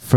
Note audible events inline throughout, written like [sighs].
for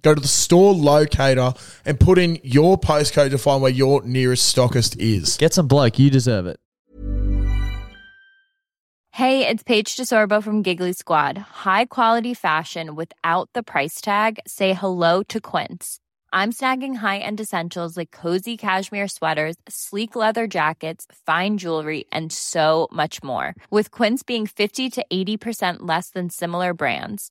go to the store locator and put in your postcode to find where your nearest stockist is. Get some bloke. You deserve it. Hey, it's Paige DeSorbo from Giggly Squad. High quality fashion without the price tag. Say hello to Quince. I'm snagging high-end essentials like cozy cashmere sweaters, sleek leather jackets, fine jewelry, and so much more. With Quince being 50 to 80% less than similar brands.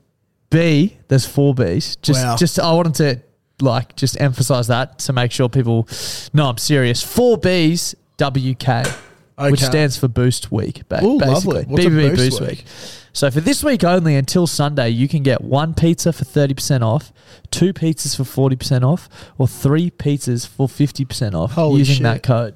B. There's four Bs. Just, Wow. just I wanted to like just emphasize that to make sure people. No, I'm serious. Four Bs. WK, which Okay. stands for Boost Week. Ba- Ooh, lovely. basically, What's a BBB Boost Boost, Week? week? So for this week only, until Sunday, you can get one pizza for thirty percent off, two pizzas for forty percent off, or three pizzas for fifty percent off Holy using shit. that code.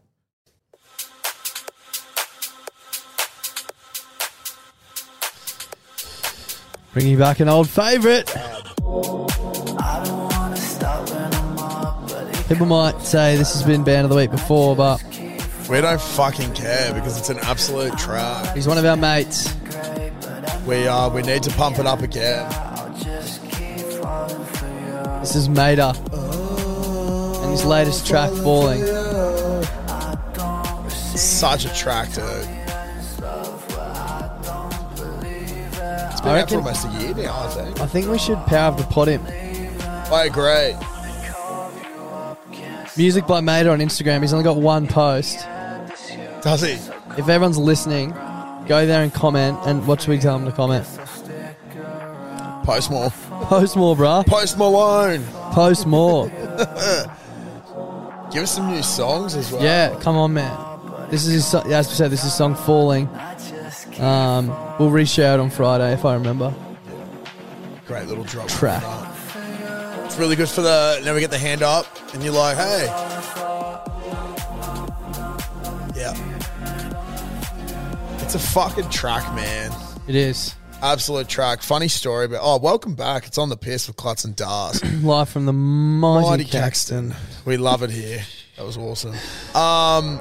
Bringing back an old favourite. People might say this has been band of the week before, but We don't fucking care because it's an absolute trap. he's one of our mates. We are. We need to pump it up again. This is Maida and his latest track, Falling. Such a track, dude. It's been I out for reckon- almost a year now. I think. I think we should power to pot him. I agree. [laughs] Music by Maida on Instagram. He's only got one post. Does he? If everyone's listening, go there and comment. And what should we tell him to comment? Post more. Post more, bruh. Post Malone. Post more. Give us some new songs as well. Yeah, come on, man. This is his, so- as we said. This is song falling. Um, we'll reshare it on Friday if I remember. [clears throat] Great little drop. Track. It's really good for the. Now we get the hand up, and you're like, hey. Yeah. It's a fucking track, man. It is Absolute track. Funny story, but oh, welcome back. It's on the piss with Klutz and Dars. live from the mighty, Mighty Cax. Caxton. We love it here. That was awesome. Um,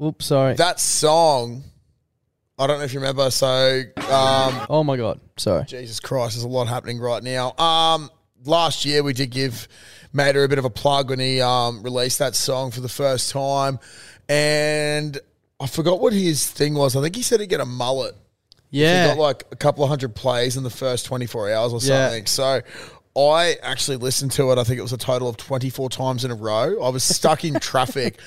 Oops, sorry. That song, I don't know if you remember. So, um, oh my god, sorry. Jesus Christ, there's a lot happening right now. Um, last year we did give Mater a bit of a plug when he um, released that song for the first time, and I forgot what his thing was. I think he said he'd get a mullet. He Yeah. got like a couple of hundred plays in the first 24 hours or Yeah. something. So I actually listened to it. I think it was a total of 24 times in a row. I was stuck [laughs] in traffic.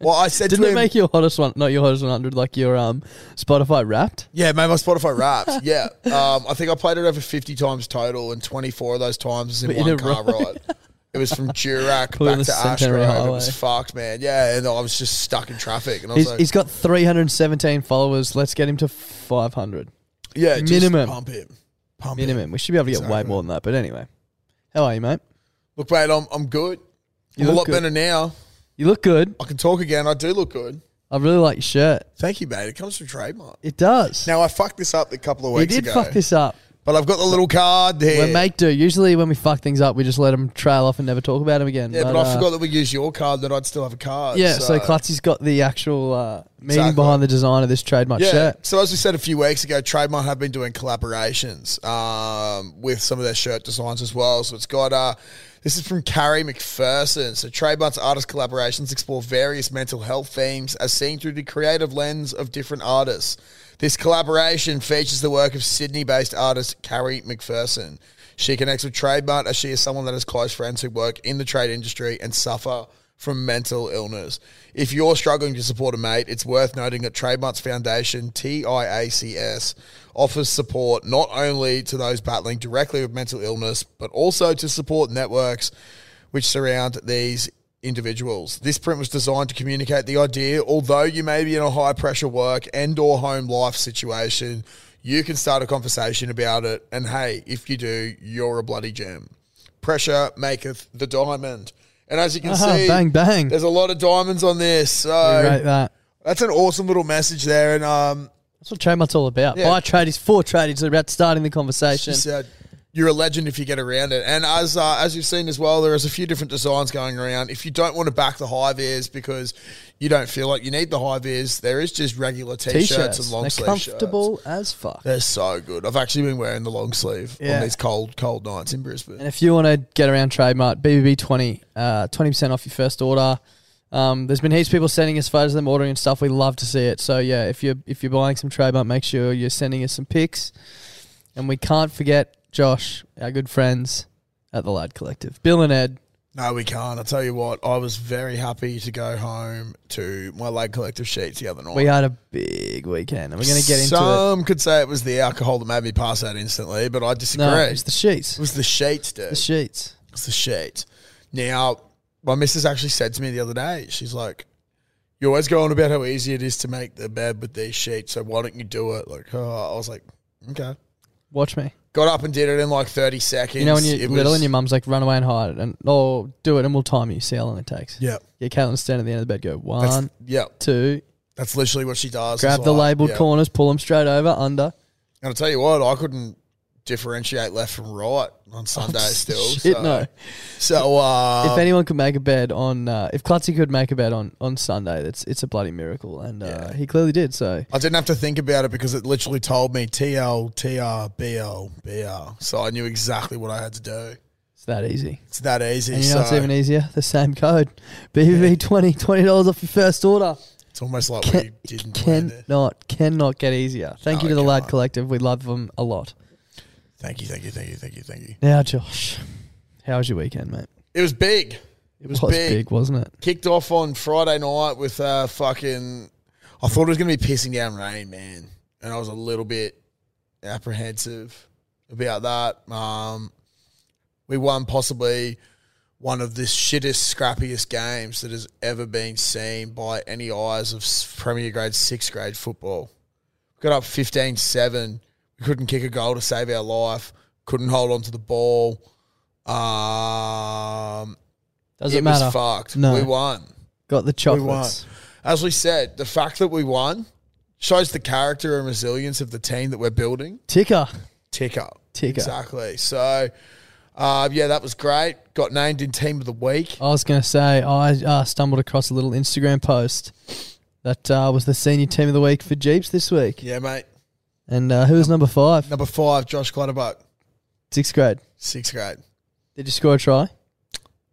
Well, I said Didn't to it him, make your hottest one? Not your hottest 100, like your um Spotify Wrapped. Yeah, made my Spotify wrapped. yeah. Um, I think I played it over 50 times total, and 24 of those times was in In one a car row. ride. It was from [laughs] Durack Put it on back the to Ash Centenary Road. It was Highway. fucked, man. Yeah, and I was just stuck in traffic. And I was He's, like, he's got 317 followers. Let's get him to 500 yeah, just minimum. pump him. Pump him. minimum. We should be able to get way more than that. But anyway, how are you, mate? Look, mate, I'm, I'm good. I'm You a look lot good. better now. You look good. I can talk again. I do look good. I really like your shirt. Thank you, mate. It comes from trademark. It does. Now, I fucked this up a couple of you weeks did ago. fuck this up. But I've got the little card here. We're make do. Usually when we fuck things up, we just let them trail off and never talk about them again. yeah, but I uh, forgot that we used your card, that I'd still have a card. Yeah, so, Klutzy's got the actual uh, meaning Exactly. behind the design of this trademark Yeah. shirt. So as we said a few weeks ago, Trademark have been doing collaborations um, with some of their shirt designs as well. So it's got uh, this is from Carrie McPherson. So Trademark's artist collaborations explore various mental health themes as seen through the creative lens of different artists. This collaboration features the work of Sydney-based artist Carrie McPherson. She connects with Trademark as she is someone that has close friends who work in the trade industry and suffer from mental illness. If you're struggling to support a mate, it's worth noting that Trademarks Foundation, TIACS, offers support not only to those battling directly with mental illness, but also to support networks which surround these individuals. This print was designed to communicate the idea, although you may be in a high pressure work and or home life situation, you can start a conversation about it. And hey, if you do, you're a bloody gem. Pressure maketh the diamond. And as you can Ah, see, bang, bang. there's a lot of diamonds on this. So Rate that. that's an awesome little message there. And um, That's what trademark's all about. Yeah. By tradies, for tradies. It's about starting the she conversation. said, "You're a legend if you get around it." And as uh, as you've seen as well, there is a few different designs going around. If you don't want to back the high vis because you don't feel like you need the high vis, there is just regular t-shirts, T-shirts. and long They're sleeve shirts. comfortable as fuck. They're so good. I've actually been wearing the long sleeve Yeah. on these cold, cold nights in Brisbane. And if you want to get around trademark, BBB 20, uh, 20% off your first order. Um, there's been heaps of people sending us photos of them ordering and stuff. We love to see it. So yeah, if you're if you're buying some trademark, make sure you're sending us some pics. And we can't forget Josh, our good friends at the Lad Collective, Bill and Ed. No, we can't. I tell you what, I was very happy to go home to my lag collective sheets the other night. We had a big weekend, and we're going to get into it. Some could say it was the alcohol that made me pass out instantly, but I disagree. No, it it's the sheets. was the sheets, dude. The sheets. It's the shit. Now, my missus actually said to me the other day, she's like, you always go on about how easy it is to make the bed with these sheets, so why don't you do it? Like, oh, I was like, okay. Watch me. Got up and did it in like 30 seconds. You know when you're It little was- and your mum's like, "Run away and hide it," and oh, do it, and we'll time you. See how long it takes. Yeah. Yeah, Caitlin's standing at the end of the bed. Go one, That's, yeah, two, that's literally what she does. grab It's the like, labeled yeah. corners, pull them straight over, under. And I'll tell you what, I couldn't differentiate left from right [laughs] on Sunday still. Oh, Shit, so, no. So, uh, if anyone could make a bed on, uh, if Klutzy could make a bed on on Sunday, that's it's a bloody miracle, and uh, Yeah. he clearly did. So I didn't have to think about it because it literally told me TL, TR, BL, BR. So I knew exactly what I had to do. it's that easy. It's that easy. And you know so what's even easier? The same code, BBB 20 twenty dollars off your first order. it's almost like we Can, didn't plan there. cannot cannot get easier. Thank No, you to it the Lad can't. Collective. We love them a lot. Thank you, thank you, thank you, thank you, thank you. Now, Josh, how was your weekend, mate? It was big. It was, big. wasn't it? Kicked off on Friday night with uh, fucking. I thought it was gonna be pissing down rain, man, and I was a little bit apprehensive about that. Um, we won possibly one of the shittest, scrappiest games that has ever been seen by any eyes of s- Premier Grade, sixth grade football. Got up 15 7. We couldn't kick a goal to save our life. Couldn't hold on to the ball. Um, Doesn't it matter. was fucked. No. We won. Got the We won. chocolates. As we said, the fact that we won shows the character and resilience of the team that we're building. Ticker. Ticker. Ticker. Exactly. So, uh, yeah, that was great. Got named in Team of the Week. I was going to say, I uh, stumbled across a little Instagram post that uh, was the senior team of the week for Jeeps this week. Yeah, mate. And uh, who was number five? Number five, Josh Clutterbuck, Sixth grade. sixth grade. Did you score a try?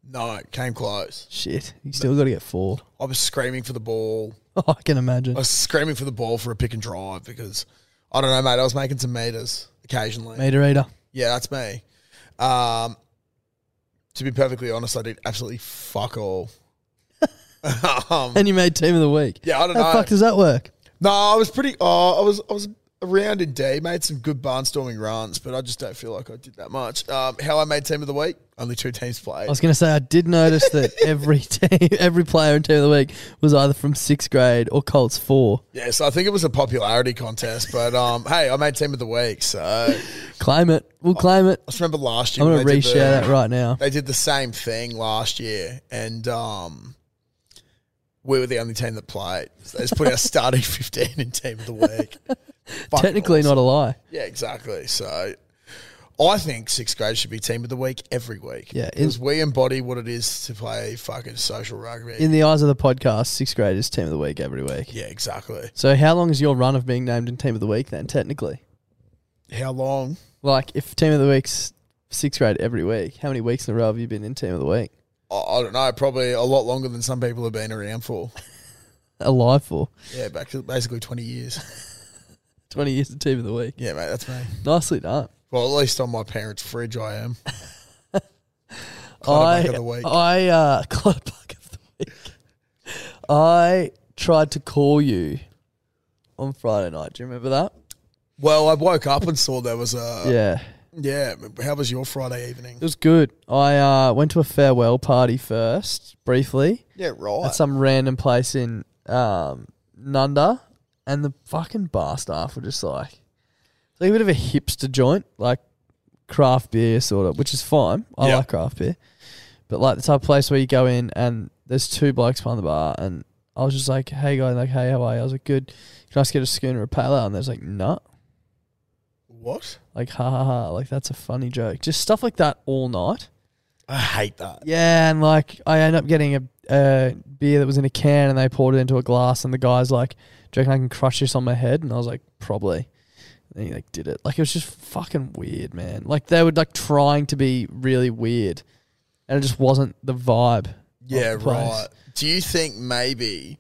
No, came close. Shit. You still got to get four. I was screaming for the ball. [laughs] I can imagine. I was screaming for the ball for a pick and drive because I don't know, mate. I was making some meters occasionally. Meter eater. Yeah, that's me. Um, to be perfectly honest, I did absolutely fuck all. [laughs] um, And you made team of the week. yeah, I don't How the know. fuck does that work? No, I was pretty. Oh, I was. I was around in D. Made some good barnstorming runs, but I just don't feel like I did that much. Um, how I made team of the week? Only two teams played. I was going to say I did notice [laughs] that every team, every player in team of the week was either from sixth grade or Colts four. yeah, so I think it was a popularity contest. But um, hey, I made team of the week. So I Claim it. Oh, We'll claim it. just remember last year. I'm going when to they did reshare the- that right now. They did the same thing last year, and um, we were the only team that played. So they just [laughs] put our starting fifteen in team of the week. Fucking Technically, awesome. not a lie. Yeah, exactly. So I think sixth grade should be team of the week every week. Yeah, in- Because we embody what it is to play fucking social rugby. In the eyes of the podcast, sixth grade is team of the week every week. yeah, exactly. So, how long is your run of being named in team of the week then, technically? How long? Like, if team of the week's sixth grade every week, how many weeks in a row have you been in team of the week? I, I don't know. Probably a lot longer than some people have been around for. Alive for Yeah, back to basically 20 [laughs] years. 20 years in team of the week. Yeah, mate, that's me. Nicely done. Well, at least on my parents' fridge, I [laughs] am. Clutterbuck I, of the week. I, uh, [laughs] Clutterbuck of the week. I tried to call you on Friday night. Do you remember that? Well, I woke up and saw there was a. [laughs] yeah. Yeah. How was your Friday evening? It was good. I uh, went to a farewell party first, briefly. Yeah, right. at some random place in um, Nunda, and the fucking bar staff were just like, it's like a bit of a hipster joint, like craft beer sort of, which is fine. I Yeah. like craft beer, but like the type of place where you go in and there's two blokes behind the bar, and I was just like, hey guy, like hey, how are you? I was like, good. Can I just get a schooner of pale ale? And they was like, no. what? Like ha ha ha, like that's a funny joke. Just stuff like that all night. I hate that. Yeah, and like I end up getting a, a beer that was in a can, and they poured it into a glass, and the guy's like, "Do you reckon I can crush this on my head?" And I was like, "Probably." And he like did it. Like it was just fucking weird, man. Like they were like trying to be really weird, and it just wasn't the vibe. of Yeah, Oh, the place. right. Do you think maybe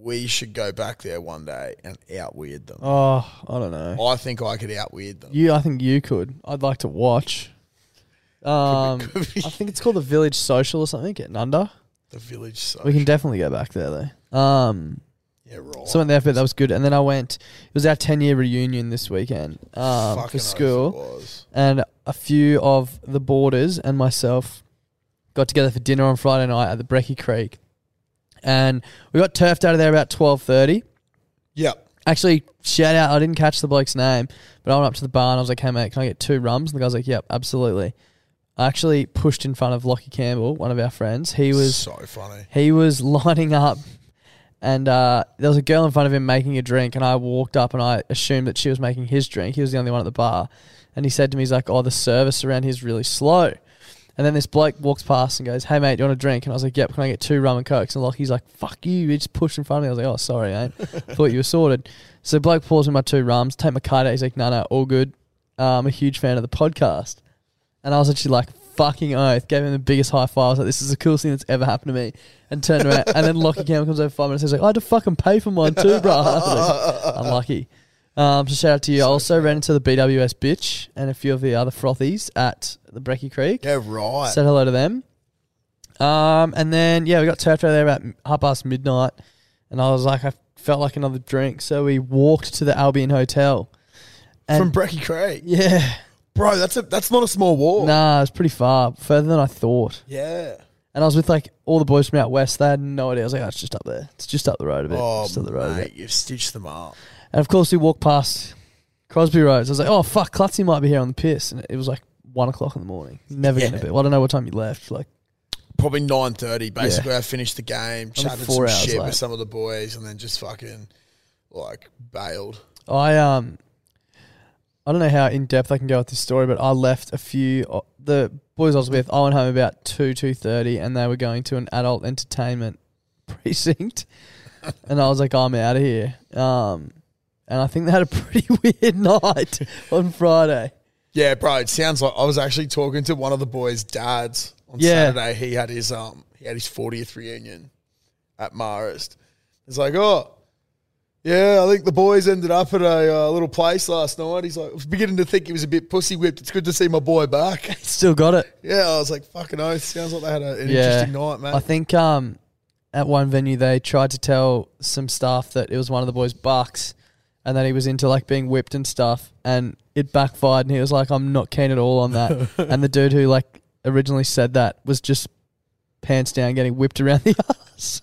we should go back there one day and outweird them? Oh, I don't know. I think I could outweird them. You, I think you could. I'd like to watch. Um, could be. I think it's called the Village Social or something. Getting under. the village side. We can definitely go back there though. Um, yeah, right. So I went there for that was good, and then I went. It was our ten year reunion this weekend Fucking um, for oath it school, was. and a few of the boarders and myself got together for dinner on Friday night at the Brecky Creek, and we got turfed out of there about twelve thirty. Yep. Actually, shout out! I didn't catch the bloke's name, but I went up to the bar and I was like, "Hey mate, can I get two rums?" And the guy's like, "Yep, absolutely." I actually pushed in front of Lockie Campbell, one of our friends. He was so funny. he was [laughs] lining up and uh, there was a girl in front of him making a drink and i walked up and i assumed that she was making his drink he was the only one at the bar and he said to me he's like oh the service around here's really slow and then this bloke walks past and goes hey mate do you want a drink and i was like yep can i get two rum and cokes and Lockie's like fuck you he just pushed in front of me i was like oh sorry [laughs] ain't thought you were sorted so the bloke pours me my two rums take my card out he's like no no all good uh, i'm a huge fan of the podcast and I was actually like, fucking oath. Gave him the biggest high five. I was like, this is the coolest thing that's ever happened to me. And turned around. and then Lockie Campbell comes over five minutes and he's like, I had to fucking pay for mine too, bro. [laughs] Unlucky. Um, so shout out to you. I also ran into the BWS bitch and a few of the other frothies at the Brecky Creek. Yeah, right. Said hello to them. Um, and then, yeah, we got turfed out there about m- half past midnight. And I was like, I felt like another drink. So we walked to the Albion Hotel. From and- Brecky Creek, Yeah. bro. That's a that's not a small wall. Nah, it was pretty far, further than I thought. Yeah. And I was with like all the boys from out west. They had no idea. I was like, oh, it's just up there. It's just up the road a bit. Oh, just up the road a bit. mate, you've stitched them up. And of course, we walked past Crosby Roads. I was like, oh, fuck, Clutzy might be here on the piss. And it was like one o'clock in the morning. Never Yeah. going to be. Well, I don't know what time you left. Like, Probably nine thirty. Basically, I finished the game, chatted some four hours shit late. with some of the boys, and then just fucking like bailed. I um, I don't know how in depth I can go with this story, but I left a few o- the boys I was with. I went home about two two thirty, and they were going to an adult entertainment [laughs] precinct, and I was like, I'm out of here. Um, and I think they had a pretty [laughs] weird night on Friday. Yeah, bro, it sounds like I was actually talking to one of the boys' dads on Yeah. Saturday. He had his um he had his fortieth reunion at Marist. It's like, oh, Yeah, I think the boys ended up at a uh, little place last night. He's like, I was beginning to think he was a bit pussy whipped. It's good to see my boy back. [laughs] Still got it. yeah, I was like, fucking oath. Sounds like they had a, an interesting night, man. I think um, at one venue they tried to tell some staff that it was one of the boys' bucks, and that he was into like being whipped and stuff, and it backfired. And he was like, "I'm not keen at all [laughs] on that." and the dude who like originally said that was just pants down, getting whipped around the [laughs] ass.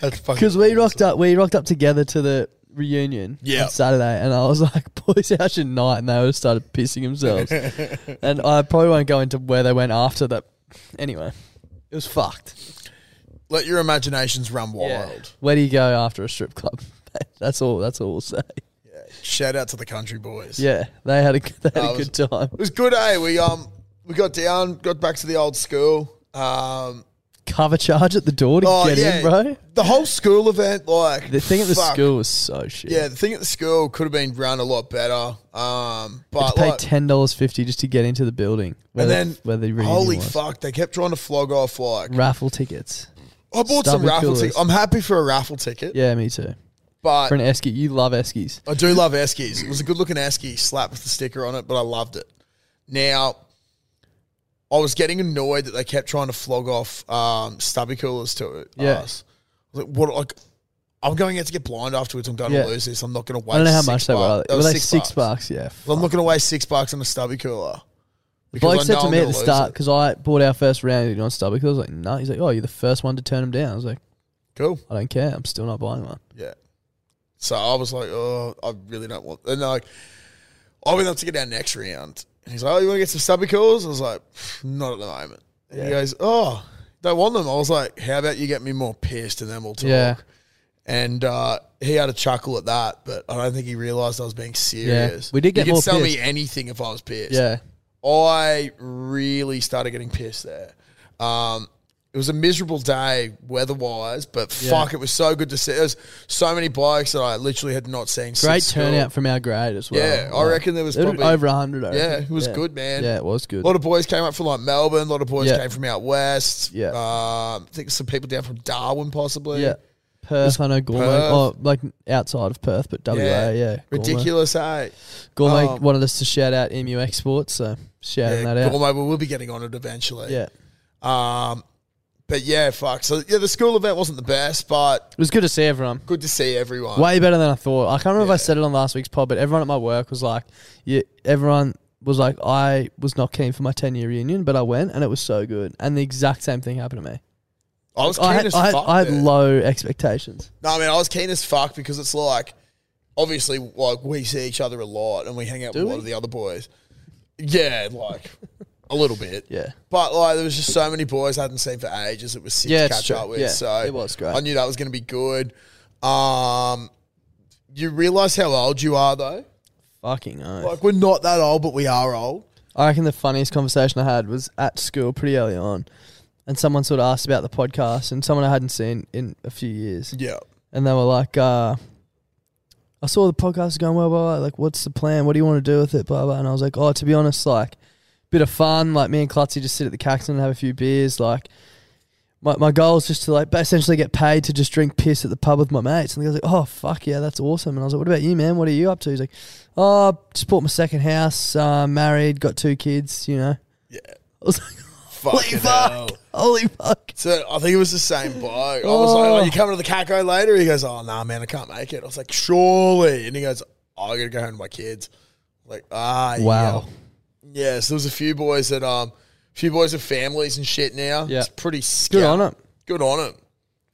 That's fucking Because we rocked up, we rocked up together to the reunion Yeah. on Saturday, and I was like, [laughs] "Boys, out your night," and they all started pissing themselves. [laughs] and I probably won't go into where they went after that. Anyway, it was fucked. Let your imaginations run wild. Where do you go after a strip club? [laughs] that's all. That's all we'll say. Shout out to the country boys. Yeah, they had a good- they That had a was- good time. It was good, eh? We um we got down, got back to the old school. Um, Cover charge at the door to oh get yeah, in, bro. The whole school event, like The thing at the fuck. school was so shit. Yeah, the thing at the school could have been run a lot better. Um, to but pay like, ten dollars fifty just to get into the building. Where and the- then where the reunion holy was. fuck, they kept trying to flog off like raffle tickets. I bought some stubby raffle coolers. tickets. I'm happy for a raffle ticket, Yeah, me too. but For an Esky, you love Eskies. I do love Eskies. It was a good looking Esky, slapped with the sticker on it, but I loved it. Now, I was getting annoyed that they kept trying to flog off um, stubby coolers to it. Yeah. us. I was like, what? Like, I'm going out to get blind afterwards. I'm going Yeah. to lose this. I'm not going to waste. I don't know how six much they were. bucks. Were they bucks. six, bucks? Yeah. Well, I'm not going to waste six bucks on a stubby cooler. because Bloke I said know to I'm me at gonna the lose start it. because I bought our first round on Stubby because I was like, no. He's like, oh, you're the first one to turn him down. I was like, Cool. I don't care. I'm still not buying one. Yeah. So I was like, oh, I really don't want. And like, I went up to get our next round. And he's like, oh, you want to get some stubby calls? I was like, not at the moment. And he goes, oh, don't want them. I was like, how about you get me more pissed and then we'll talk. Yeah. And uh, he had a chuckle at that, but I don't think he realised I was being serious. We did get you more could sell me pissed. anything if I was pissed. Yeah. I really started getting pissed there. Um, it was a miserable day weather wise, but fuck, it was so good to see. There was so many blokes that I literally had not seen. Great since turnout school. from our grade as well. Yeah, I reckon there was there were probably- over 100. I Yeah, reckon. it was good, man. Yeah, it was good. A lot of boys came up from like Melbourne. A lot of boys Yeah. came from out west. Yeah. um, I think some people down from Darwin possibly. yeah. Perth, I know Gourmet. Perth. Oh, like outside of Perth, but WA, yeah. Gourmet. ridiculous, eh? Gourmet Um, wanted us to shout out MU Exports, so shouting that Yeah, out. Gormo, we'll be getting on it eventually. Yeah. Um, but yeah, fuck. So yeah, the school event wasn't the best, but It was good to see everyone. good to see everyone. Way better than I thought. I can't remember if Yeah. I said it on last week's pod, but everyone at my work was like, yeah, everyone was like, I was not keen for my 10 year reunion, but I went and it was so good. And the exact same thing happened to me. I was keen I had, as I had, fuck. I had there. low expectations. No, I mean, I was keen as fuck because it's like, obviously, like we see each other a lot and we hang out with a lot we? of the other boys. Yeah, like a little bit. Yeah. But like, there was just so many boys I hadn't seen for ages. It was sick Yeah, to it's catch true. up with. Yeah, so it was great. I knew that was going to be good. Um, you realize how old you are though. Fucking oath. Like we're not that old, but we are old. I reckon the funniest conversation I had was at school pretty early on, and someone sort of asked about the podcast, and someone I hadn't seen in a few years, Yeah. and they were like, uh, "I saw the podcast is going well, blah, blah. Like, what's the plan? What do you want to do with it, blah blah?" And I was like, "Oh, to be honest, like, bit of fun. Like, me and Clutzy just sit at the Caxton and have a few beers. Like, my my goal is just to like essentially get paid to just drink piss at the pub with my mates." And the guy's like, "Oh, fuck yeah, that's awesome." And I was like, "What about you, man? What are you up to?" He's like, "Oh, just bought my second house, uh, married, got two kids, you know." Yeah. [laughs] I was like, Fucking fuck. hell. "Holy fuck!" So I think it was the same bloke. I was like, Oh. "Are you coming to the Caco later?" He goes, "Oh nah, man, I can't make it." I was like, "Surely," and he goes, oh, "I gotta go home to my kids." Like, ah, Wow. yeah. yeah. So there was a few boys that um, few boys with families and shit now. Yeah. it's pretty Good scout. on it. Good on it.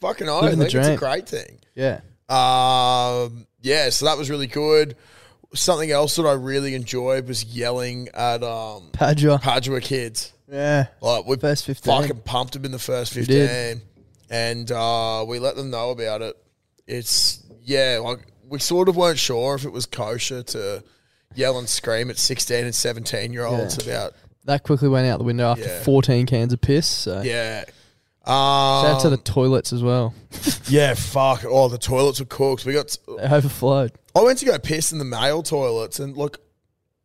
Fucking I Living think the it's a dream. great thing. Yeah. Um, yeah, so that was really good. Something else that I really enjoyed was yelling at um Padua. Padua kids. Yeah. Like we First 15. fucking pumped them in the first did. fifteen, and uh, we let them know about it. It's yeah, like we sort of weren't sure if it was kosher to yell and scream at sixteen and seventeen year olds about That quickly went out the window after Yeah. 14 cans of piss. So. yeah. Shout out to Um, the toilets as well. yeah, fuck. Oh, the toilets were cooked. We got. They overflowed. I went to go piss in the male toilets, and look,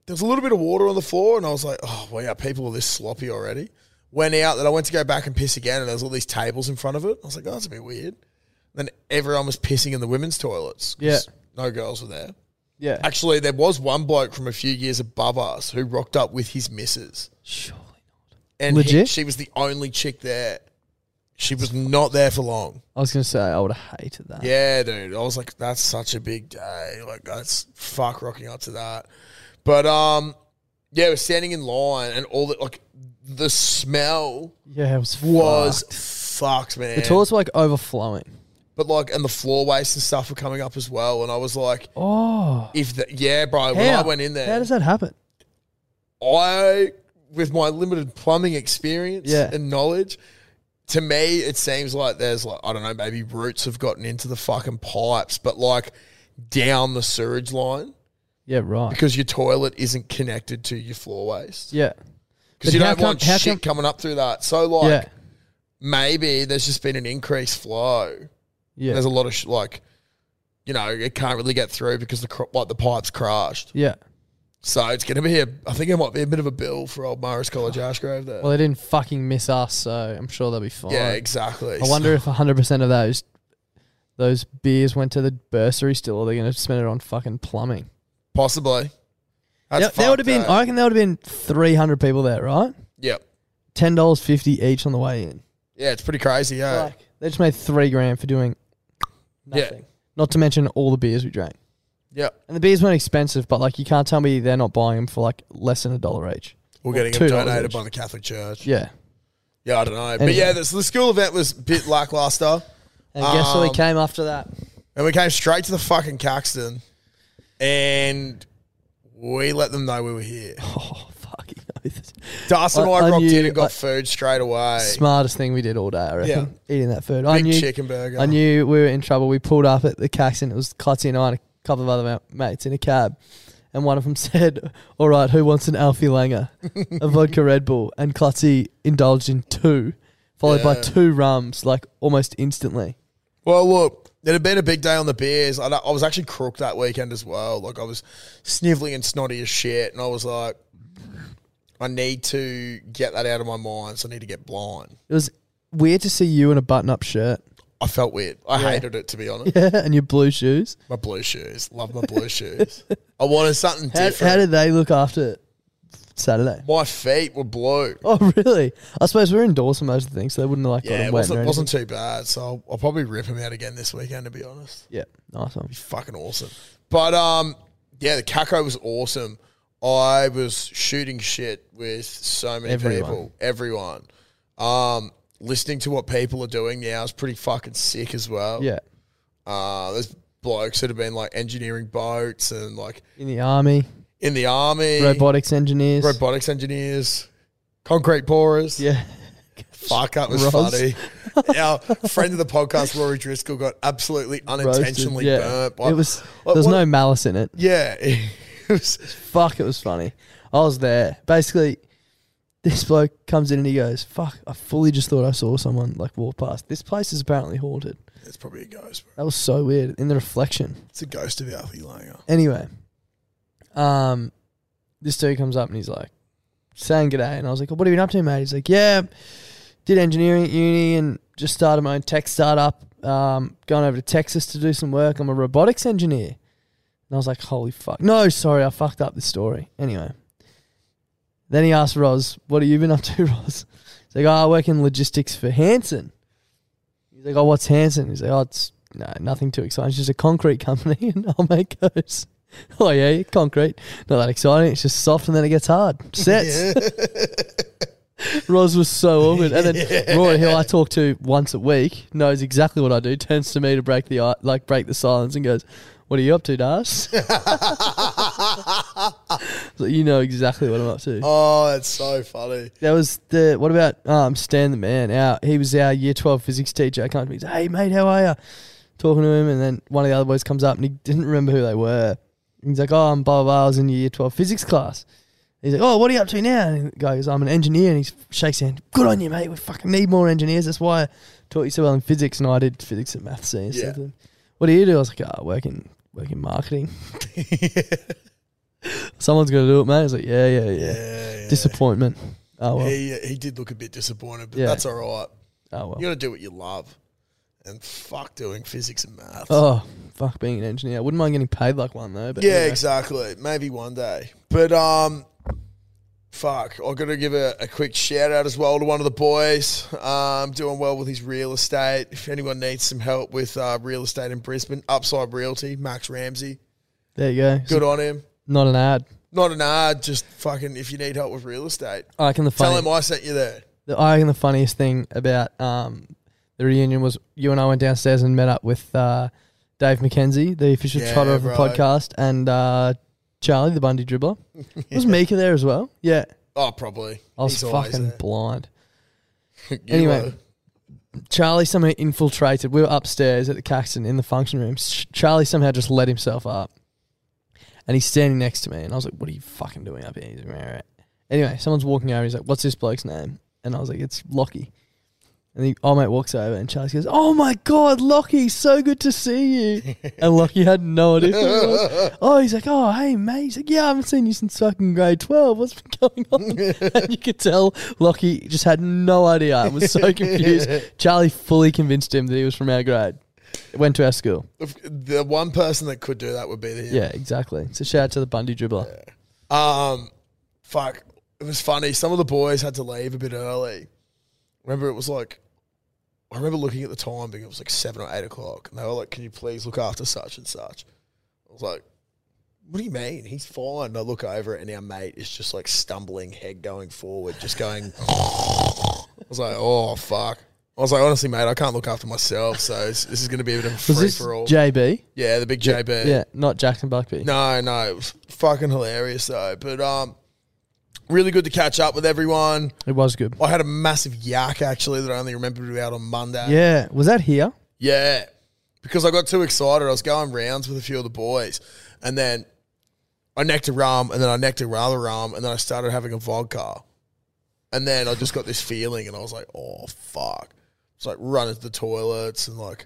there was a little bit of water on the floor, and I was like, oh, wow, people are this sloppy already. Went out that I went to go back and piss again, and there was all these tables in front of it. I was like, oh, that's a bit weird. And Then everyone was pissing in the women's toilets. 'cause Yeah. No girls were there. Yeah. Actually, there was one bloke from a few years above us who rocked up with his missus. Surely not. And he- Legit? she was the only chick there. She was not there for long. I was gonna say I would have hated that. Yeah, dude. I was like, that's such a big day. Like, that's fuck rocking up to that. But um, yeah, we're standing in line, and all that like the smell Yeah, it was was fucked. fucked, man. the toilets were like overflowing. but like, and the floor waste and stuff were coming up as well. And I was like, Oh, if the, yeah, bro. When I went in How there, does that happen? I with my limited plumbing experience Yeah. and knowledge. To me, it seems like there's like I don't know, maybe roots have gotten into the fucking pipes, but like down the sewage line. Yeah, right. because your toilet isn't connected to your floor waste. yeah, Because But you how don't come- want how shit coming up through that. So like yeah, maybe there's just been an increased flow. yeah, There's a lot of sh- like, you know, it can't really get through because the cr- like the pipes crashed. yeah. So it's gonna be a. I think it might be a bit of a bill for old Morris College Ashgrove there. Well, they didn't fucking miss us, so I'm sure they'll be fine. yeah, exactly. I wonder if 100 percent of those those beers went to the bursary still, or they're gonna spend it on fucking plumbing. possibly. That's Yeah, there would have been. fucked, eh? I reckon there would have been 300 people there, right? yep. Ten dollars fifty each on the way in. Yeah, it's pretty crazy. Yeah. Like they just made three grand for doing Yeah. nothing. Not to mention all the beers we drank. Yep. And the beers weren't expensive, but like you can't tell me they're not buying them for like less than a dollar each. We're getting two it dollars donated each. by the Catholic Church. Yeah. Yeah, I don't know, but Anyway. yeah, this, the school event was a bit lackluster. And guess where we Um, came after that? And we came straight to the fucking Caxton and we let them know we were [laughs] here. Oh fuck! you know this. Dust and I, I- I rocked knew- in and got I- food straight away. Smartest thing we did all day, I reckon. Eating that food. I Big knew. chicken burger. I knew we were in trouble. We pulled up at the Caxton. It was Clutzy and I and a couple of other ma- mates in a cab. And one of them [laughs] said, All right, who wants an Alfie Langer? [laughs] a vodka Red Bull. And Clutzy indulged in two, followed by Yeah. two rums, like almost instantly. Well, look, it had been a big day on the beers. I, I was actually crook that weekend as well. Like, I was sniveling and snotty as shit. And I was like, I need to get that out of my mind. So I need to get blind. It was weird to see you in a button up shirt I felt weird. I hated it, to be [laughs] honest. and your blue shoes. My blue shoes. Love my blue shoes. I wanted something How, different. how did they look after Saturday? my feet were blue. [laughs] Oh, really? I suppose we are indoors for most of the things, so they wouldn't have like Yeah, gotten it wet. wasn't, or wasn't too bad. So I'll, I'll probably rip him out again this weekend, to be honest. anything. Yeah, nice one. Fucking awesome. But um, yeah, the Caco was awesome. I was shooting shit with so many Everyone. people, everyone. Um, listening to what people are doing now is pretty fucking sick as well. Yeah, Uh, there's blokes that have been like engineering boats and like in the army, in the army, robotics engineers. robotics engineers, concrete borers. Yeah, [laughs] Fuck, that was Roz. funny. [laughs] Our friend of the podcast, Rory Driscoll, got absolutely unintentionally [laughs] roasted, burnt. Yeah. Like- It was like, there was what- no malice in it. Yeah, [laughs] it was. Fuck, it was funny. I was there. Basically, this bloke comes in and he goes, "Fuck, I fully just thought I saw someone like walk past. This place is apparently haunted." It's probably a ghost. Bro. That was so weird in the reflection. It's a ghost of Alfie Langer. Anyway, um, this dude comes up and he's like saying g'day, and I was like, "What have you been up to, mate?" He's like, "Yeah, did engineering at uni and just started my own tech startup. Um, going over to Texas to do some work. I'm a robotics engineer." And I was like, "Holy fuck!" No, sorry, I fucked up the story. Anyway, then he asked Roz, "What have you been up to, [laughs] Roz?" He's like, "Oh, I work in logistics for Hanson." He's like, "Oh, what's Hanson?" He's like, "Oh, it's." No, nothing too exciting. It's just a concrete company, [laughs] and I'll make those. [laughs] Oh yeah, yeah, concrete. Not that exciting. It's just soft and then it gets hard. Sets. [laughs] Roz was so awkward. And then Roy, who I talk to once a week, knows exactly what I do, turns to me to break the i- like break the silence and goes, What are you up to, Das? So you know exactly what I'm up to. Oh, that's so funny. That was the what about um Stan the man? Our he was our year twelve physics teacher. I can't he's hey mate, how are you? Talking to him and then one of the other boys comes up and he didn't remember who they were. He's like, Oh, I'm blah blah blah, I was in your year twelve physics class. He's like, Oh, what are you up to now? And the guy goes, I'm an engineer and he shakes hand, Good on you, mate, we fucking need more engineers. That's why I taught you so well in physics and I did physics and maths and Yeah. stuff. What do you do? I was like, Oh, work in work [laughs] in marketing. Someone's gonna do it, mate. He's like, Yeah, yeah, yeah. Yeah, Disappointment. Oh well. He, he did uh, look a bit disappointed, but Yeah. that's all right. oh well. You got to do what you love. and fuck doing physics and math. Oh, fuck being an engineer. I wouldn't mind getting paid like one though. But yeah, anyway. exactly. Maybe one day. But um, fuck, I got to give a, a quick shout out as well to one of the boys. Um, doing well with his real estate. If anyone needs some help with uh, real estate in Brisbane, Upside Realty, Max Ramsey. There you go. Good on him. Not an ad. Not an ad, just fucking if you need help with real estate, I reckon the funny, tell him I sent you there. the, I reckon the funniest thing about um, the reunion was you and I went downstairs and met up with uh, Dave McKenzie, the official Yeah, trotter of the bro. podcast, and uh, Charlie, the [laughs] Bundy dribbler. Was Mika there as well? Yeah. Oh, [laughs] probably. I was He's always fucking there. blind. You uh, anyway. were. Charlie somehow infiltrated. We were upstairs at the Caxton in the function room. Sh- Charlie somehow just let himself up, and he's standing next to me. And I was like, "What are you fucking doing up here?" He's like, "Alright." Anyway, someone's walking over. He's like, "What's this bloke's name?" And I was like, "It's Lockie." And the old mate walks over, and Charlie goes, "Oh my god, Lockie, so good [laughs] to see you." [laughs] and Lockie had no idea. Who it was. Oh, he's like, "Oh, hey mate." He's like, "Yeah, I haven't seen you since fucking grade twelve. What's been going on?" and you could tell Lockie just had no idea. and was so [laughs] confused. Charlie fully convinced him that he was from our grade. Went to our school. If- the one person that could do that would be the Yeah, exactly. So shout out to the Bundy dribbler. Um, fuck, it was funny. Some of the boys had to leave a bit early. Remember, it was like, I remember looking at the time, being it was like seven or eight o'clock, and they were like, "Can you please look after such and such?" I was like, "What do you mean? He's fine." And I look over, and our mate is just like stumbling, head going forward, just going. [laughs] I was like, "Oh fuck." I was like, honestly, mate, I can't look after myself, so it's, this is going to be a bit of a Was free this for all. JB? yeah, the big JB. Yeah, not Jackson Buckby. No, no, it was fucking hilarious though. But um, really good to catch up with everyone. It was good. I had a massive yak actually that I only remembered about on Monday. Yeah, was that here? Yeah. Because I got too excited. I was going rounds with a few of the boys. And then I necked a rum and then I necked a rather rum and then I started having a vodka. And then I just got this feeling and I was like, oh, fuck. It's like running to the toilets and like,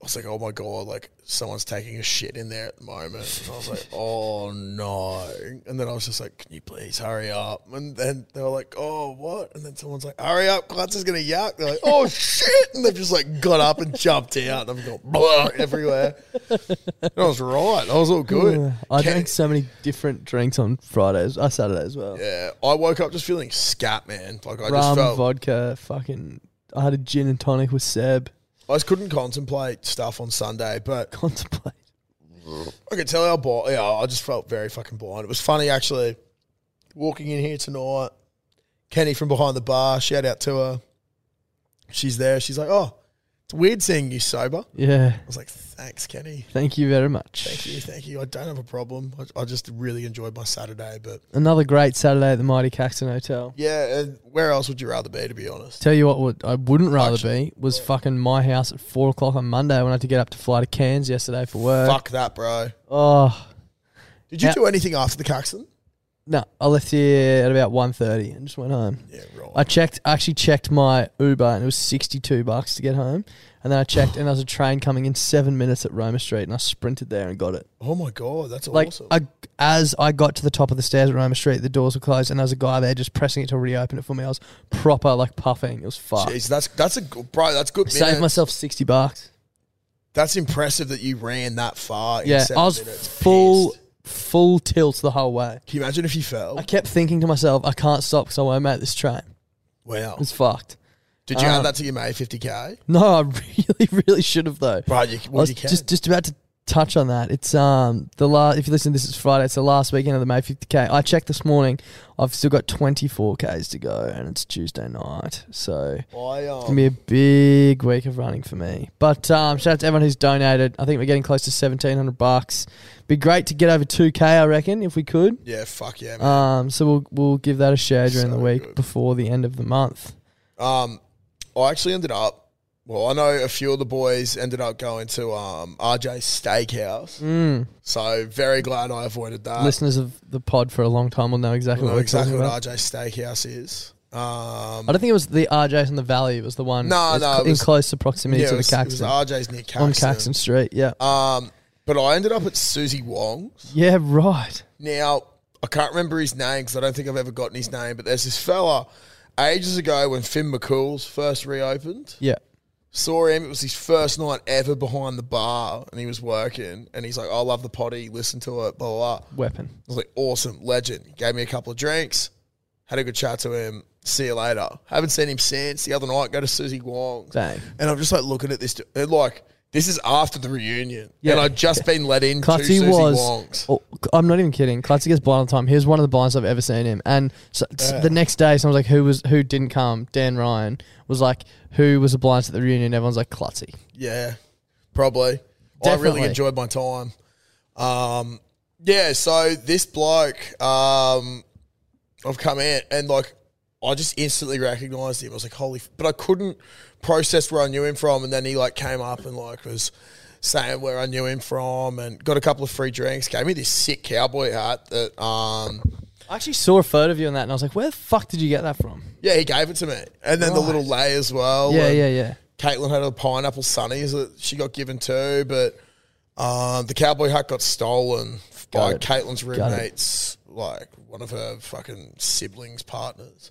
I was like, oh my God, like someone's taking a shit in there at the moment. And I was like, [laughs] oh no. And then I was just like, can you please hurry up? And then they were like, oh, what? And then someone's like, hurry up, Klutz is going to yuck. They're like, oh shit. And they've just like got up and jumped out and I've got blah everywhere. And I was right. I was all good. I Ken- drank so many different drinks on Fridays. uh, I Saturday as well. yeah, I woke up just feeling scat, man. Like I just Rum, felt, vodka, fucking. I had a gin and tonic with Seb. I just couldn't contemplate stuff on Sunday, but Contemplate. I could tell how blind. Yeah, I just felt very fucking blind. It was funny actually, walking in here tonight. Kenny from behind the bar, shout out to her. She's there. She's like, "Oh, it's weird seeing you sober." I Yeah. was like, "Thanks, Kenny. Thank you very much. Thank you, thank you. I don't have a problem. I, I just really enjoyed my Saturday, but Another great Saturday at the Mighty Caxton Hotel. yeah. And where else would you rather be, to be honest? Tell you what, would I wouldn't rather be was fucking my house at four o'clock on Monday when I had to get up to fly to Cairns yesterday for work. Fuck that, bro. Oh Did you Uh, Yeah. do anything after the Caxton? no, I left here at about 1.30 and just went home. Yeah, right. I checked, actually checked my Uber and it was sixty-two bucks to get home, and then I checked and there was a train coming in seven minutes at Roma Street, and I sprinted there and got it. oh my god, that's Like awesome. I, as I got to the top of the stairs at Roma Street, the doors were closed, and there was a guy there just pressing it to reopen it for me. I was proper like puffing. It was fucked. Jeez, that's that's a good, bro. That's good. Saved minutes. myself sixty bucks. That's impressive that you ran that far. In Yeah, seven I was minutes. full Pissed. full tilt the whole way. Can you imagine if you fell? I kept thinking to myself, I can't stop because I won't make this train. Wow. It was fucked. Did you add um, that to your May 50k? [laughs] No, I really, really should have though. Right, you, I well, was you can. just just about to touch on that. It's um the last. If you listen, this is Friday. It's the last weekend of the May 50k. I checked this morning. I've still got 24ks to go, and it's Tuesday night. So I, um, It's gonna be a big week of running for me. But um, shout out to everyone who's donated. I think we're getting close to seventeen hundred bucks. Be great to get over two k, I reckon, if we could. yeah, fuck yeah, man. Um, so we'll we'll give that a share during So the week good. before the end of the month. Um, I actually ended up. Well, I know a few of the boys ended up going to um, RJ's Steakhouse, Mm. so very glad I avoided that. Listeners of the pod for a long time will know I exactly Uh, know what we're exactly talking what about. RJ's Steakhouse is. Um, I don't think it was the RJs in the Valley. It was the one No, that's no, cl- it in was- close to proximity yeah, to it was, the it was Caxton RJ's near Caxton. on Caxton Street. Yeah, Um, but I ended up at Susie Wong's. yeah, right. Now, I can't remember his name because I don't think I've ever gotten his name, but there's this fella ages ago when Finn McCool's first reopened. Yeah, Saw him. It was his first night ever behind the bar, and he was working. And he's like, "I love the potty. Listen to it." Blah blah. blah. Weapon. I was like, awesome, legend. He gave me a couple of drinks, had a good chat to him. See you later. Haven't seen him since. The other night, go to Susie Wong's. Dang. And I'm just like looking at this. du- and, Like, this is after the reunion. Yeah. And I'd just been let in to Clutzy Susie was. Wong's. Oh, I'm not even kidding. Clutzy gets blind on time. He was one of the blinds I've ever seen him. And so, s- the next day, someone was like, "Who was who didn't come?" Dan Ryan was like, "Who was the blinds at the reunion?" Everyone's like, "Clutzy." Yeah, probably. I Definitely. really enjoyed my time. Um, yeah, so this bloke, um, I've come in and like I just instantly recognized him. I was like, holy, f-. but I couldn't process where I knew him from. And then he like came up and like was saying where I knew him from and got a couple of free drinks, gave me this sick cowboy hat that, um, I actually saw a photo of you on that, and I was like, "Where the fuck did you get that from?" yeah, he gave it to me. And then the little lay as Oh, well. Yeah, and- yeah, yeah. Caitlin had a pineapple sunnies that she got given too, but um, the cowboy hat got stolen by Gutted. Caitlin's roommates, like one of her fucking siblings' partners.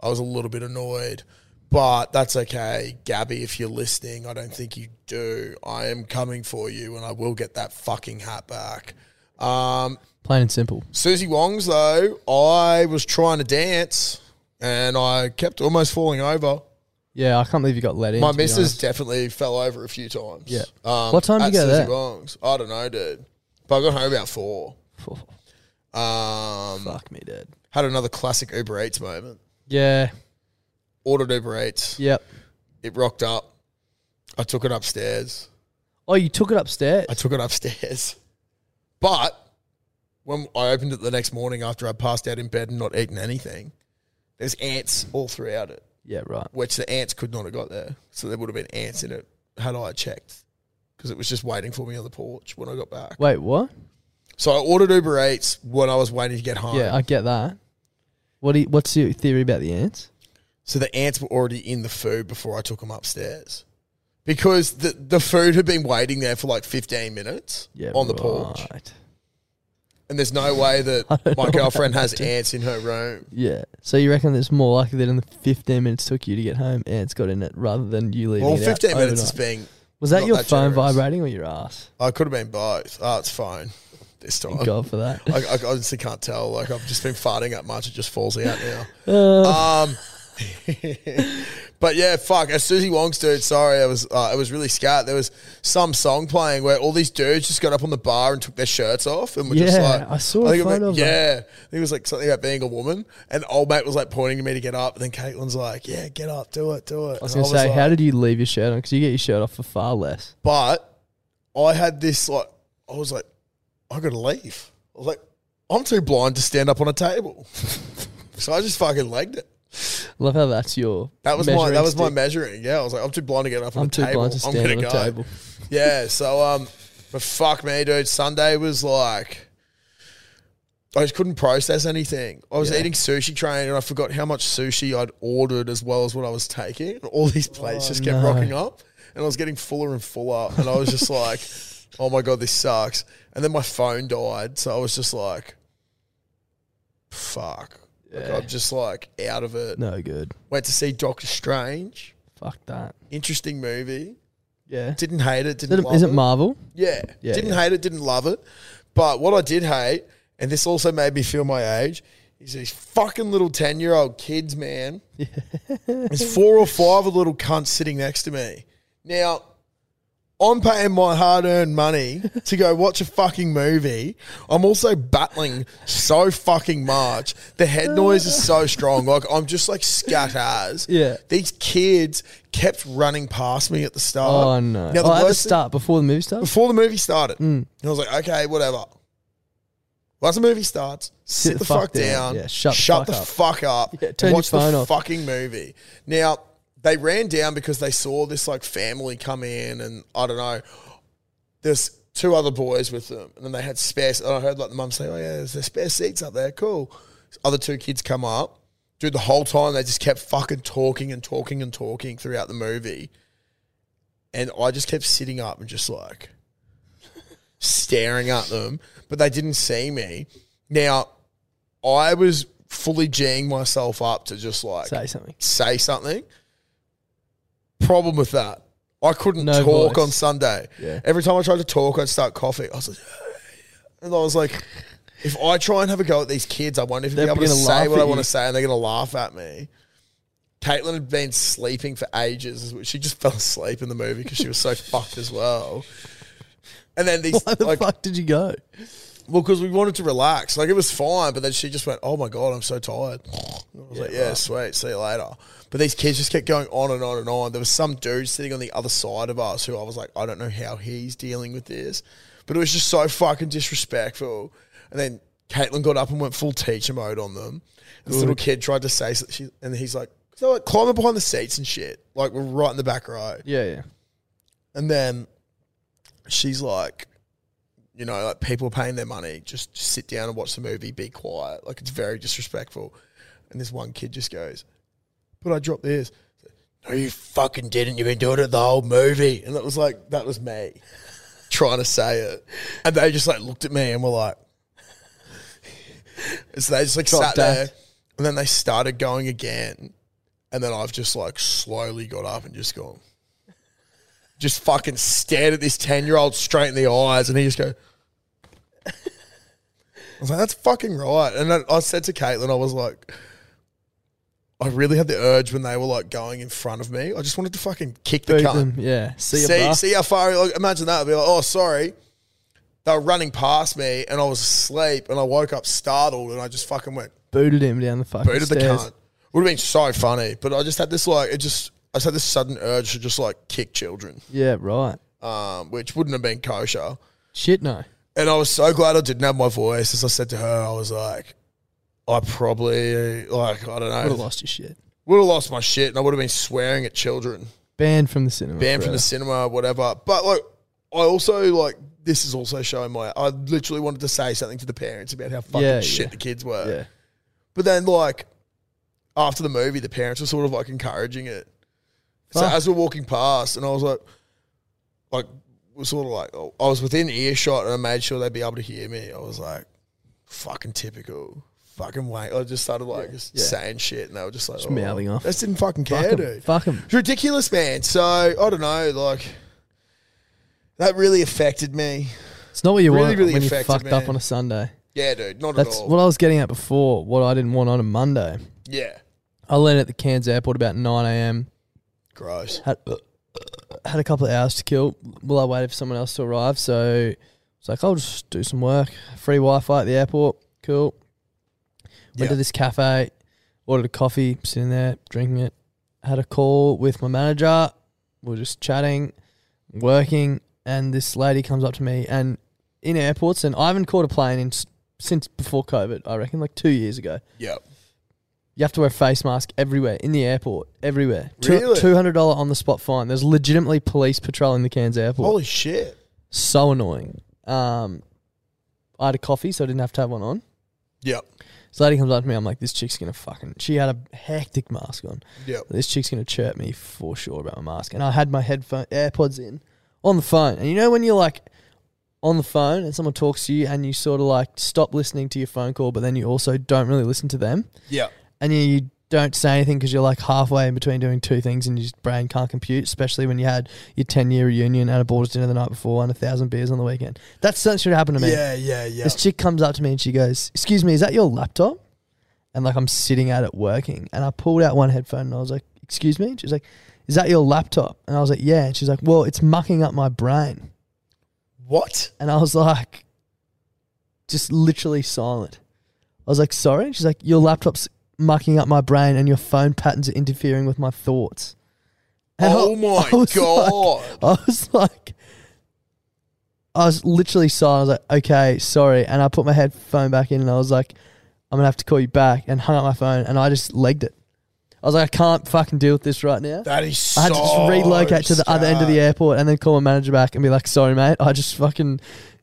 I was a little bit annoyed, but that's okay. Gabby, if you're listening, I don't think you do. I am coming for you and I will get that fucking hat back. Um, Plain and simple. Susie Wong's though, I was trying to dance and I kept almost falling over. Yeah, I can't believe you got let in. My to be missus honest. definitely fell over a few times. Yeah. Um, What time did at you go Susie there? Wong's. I don't know, dude. But I got home about four. Oh, Um, fuck me, dude. had another classic Uber Eats moment. Yeah. Ordered Uber Eats. Yep. It rocked up. I took it upstairs. Oh, you took it upstairs. I took it upstairs. But when I opened it the next morning after I passed out in bed and not eaten anything, there's ants all throughout it, yeah, right. which the ants could not have got there. So there would have been ants in it had I checked because it was just waiting for me on the porch when I got back. Wait, what? So I ordered Uber Eats when I was waiting to get home. Yeah, I get that. What do you, what's your theory about the ants? so the ants were already in the food before I took them upstairs. Because the, the food had been waiting there for like 15 minutes Yeah, on the porch. right. And there's no way [laughs] that my girlfriend has ants in her room. Yeah. So you reckon it's more likely that in the 15 minutes it took you to get home, ants got in it rather than you leaving Well, it out 15 minutes is overnight. being. Was that not your that phone generous. vibrating or your ass? I could have been both. Oh, it's fine this time. Thank God for that. I, I honestly can't tell. Like, I've just been farting up much. It just falls out now. [laughs] Uh, Um, [laughs] but yeah, fuck. As Susie Wong's dude, sorry, I was uh, it was really scat. There was some song playing where all these dudes just got up on the bar and took their shirts off and were just Yeah, like, I saw a think it was- photo of that. yeah, I think it was like something about being a woman. And old mate was like pointing to me to get up, and then Caitlin's like, yeah, get up, do it, do it. I was going to say, how did you leave your shirt on? Because you get your shirt off for far less. but I had this like, I was like, I gotta leave. I was like, I'm too blind to stand up on a table, so I just fucking legged it. Love how that's your. That was my that measuring was my stick. measuring. Yeah, I was like, I'm too blind to get up on I'm the too table. blind to I'm stand gonna on a go. table. [laughs] Yeah. So um, but fuck me, dude. Sunday was like, I just couldn't process anything. I was eating sushi train and I forgot how much sushi I'd ordered as well as what I was taking. And all these plates Oh, just kept rocking up, and I was getting fuller and fuller, and I was just [laughs] like, oh my god, this sucks. And then my phone died, so I was just like, fuck. Like, I'm just like out of it. No good. Went to see Doctor Strange. Fuck that. Interesting movie. Yeah. Didn't hate it. Didn't Is it, love is it it. Marvel? yeah. Yeah, Didn't yeah. hate it. Didn't love it. But what I did hate, and this also made me feel my age, is these fucking little ten year old kids, [laughs] man. There's four or five of little cunts sitting next to me. Now, I'm paying my hard earned money to go watch a fucking movie. I'm also battling so fucking much. The head noise is so strong. Like, I'm just like scat as. Yeah. These kids kept running past me at the start. Oh, Now, no. the oh, at the worst thing- start, before the movie Mm. starts? before the movie started. And I was like, okay, whatever. Once the movie starts, sit, the, fuck, down, Yeah, shut the fuck shut the up. fuck up, Yeah, turn and your watch phone the off. fucking movie. Now they ran down because they saw this like family come in, and I don't know. There's two other boys with them, and then they had spare. And I heard like the mum say, "Oh yeah, there's there's spare seats up there, cool." Other two kids come up. Dude, the whole time they just kept fucking talking and talking and talking throughout the movie. And I just kept sitting up and just like staring at them, but they didn't see me. Now, I was fully G'ing myself up to just like Say something. say something. Problem with that, I couldn't No talk voice. on Sunday. Yeah. Every time I tried to talk, I'd start coughing. I was like, [sighs] and I was like, if I try and have a go at these kids, I wonder if they're They're able to gonna say laugh what at I want you. to say, and they're going to laugh at me. Caitlin had been sleeping for ages. She just [laughs] fell asleep in the movie because she was so fucked as well. And then these, Why the like, fuck did you go? well, because we wanted to relax. Like it was fine, but then she just went, "Oh my god, I'm so tired." I was like, "Yeah, sweet, see you later." But these kids just kept going on and on and on. There was some dude sitting on the other side of us who I was like, "I don't know how he's dealing with this," but it was just so fucking disrespectful. And then Caitlin got up and went full teacher mode on them. This little kid tried to say, something, she- and he's like, "So like climbing behind the seats and shit." Like we're right in the back row. Yeah, yeah. And then she's like, you know, like people paying their money, just, just sit down and watch the movie, be quiet. Like it's very disrespectful. And this one kid just goes, but I dropped this. No, you fucking didn't. You've been doing it the whole movie. And it was like, that was me trying to say it. And they just like looked at me and were like, and so they just like Got sat that. there. And then they started going again. And then I've just like slowly got up and just gone, just fucking stared at this 10 year old straight in the eyes. And he just go, I was like, that's fucking right. And I, I said to Caitlin, I was like, I really had the urge when they were like going in front of me. I just wanted to fucking kick the Boot cunt. them. Yeah. See, ya, See, bruh. see how far. Like, imagine that. I'd be like, oh, sorry. They were running past me, and I was asleep, and I woke up startled, and I just fucking went Booted him down the fucking booted the stairs. cunt. Would have been so funny, but I just had this like it just. I just had this sudden urge to just like kick children, Yeah, right. um, which wouldn't have been kosher. Shit, no. And I was so glad I didn't have my voice. As I said to her, I was like, I probably like I don't Would have know lost your shit. would have lost my shit, and I would have been swearing at children. Banned from the cinema. banned from the cinema, whatever. But like, I also like this is also showing my. I literally wanted to say something to the parents about how fucking Yeah, shit yeah. the kids were. Yeah. But then like after the movie, the parents were sort of like encouraging it. So Fuck. as we're walking past, and I was like, like we're sort of like oh, I was within earshot, and I made sure they'd be able to hear me. I was like, fucking typical. Fucking wait. I just started like just yeah. saying shit and they were just like, Just oh, mouthing off. They just didn't fucking care, Fuck 'em. dude. Fuck 'em. It's ridiculous, man. So I don't know, like that really affected me. It's not what you Really, want really when you affected, fucked up man. on a Sunday. Yeah, dude, not That's at all. what I was getting at before. What I didn't want on a Monday. yeah, I landed at the Cairns airport about 9 a.m. gross. Had, had a couple of hours to kill while I waited for someone else to arrive. So it's like, I'll just do some work. Free Wi Fi at the airport. Cool. Went Yeah. to this cafe, ordered a coffee, sitting there, drinking it. Had a call with my manager. We are just chatting, working, and this lady comes up to me and in airports, and I haven't caught a plane in, s- since before COVID, I reckon, like two years ago. Yeah, You have to wear a face mask everywhere in the airport, everywhere. Really? Two hundred dollar on the spot fine. There's legitimately police patrolling the Cairns airport. holy shit. So annoying. Um, I had a coffee, so I didn't have to have one on. Yep, So lady comes up to me. I'm like, this chick's gonna fucking. She had a hectic mask on. yep. This chick's gonna chirp me for sure about my mask. And I had my headphone AirPods in on the phone. And you know when you're like on the phone and someone talks to you and you sort of like stop listening to your phone call, but then you also don't really listen to them Yeah. and you, you don't say anything because you're like halfway in between doing two things and your brain can't compute, especially when you had your 10 year reunion and a board's dinner the night before and a thousand beers on the weekend. That's something should happen to me. Yeah, yeah, yeah. This chick comes up to me and she goes, Excuse me, is that your laptop? And like I'm sitting at it working. And I pulled out one headphone and I was like, Excuse me? And She's like, Is that your laptop? And I was like, Yeah. And she's like, Well, it's mucking up my brain. What? And I was like, just literally silent. I was like, sorry? And she's like, your laptop's mucking up my brain and your phone patterns are interfering with my thoughts. And I- oh [laughs] I my was god. Like, I was like, I was literally silent. I was like, okay, sorry. And I put my headphone back in and I was like, I'm going to have to call you back and hung up my phone and I just legged it. I was like, I can't fucking deal with this right now. that is so I had to just relocate to the other end of the sad. airport and then call my manager back and be like, sorry, mate, I just fucking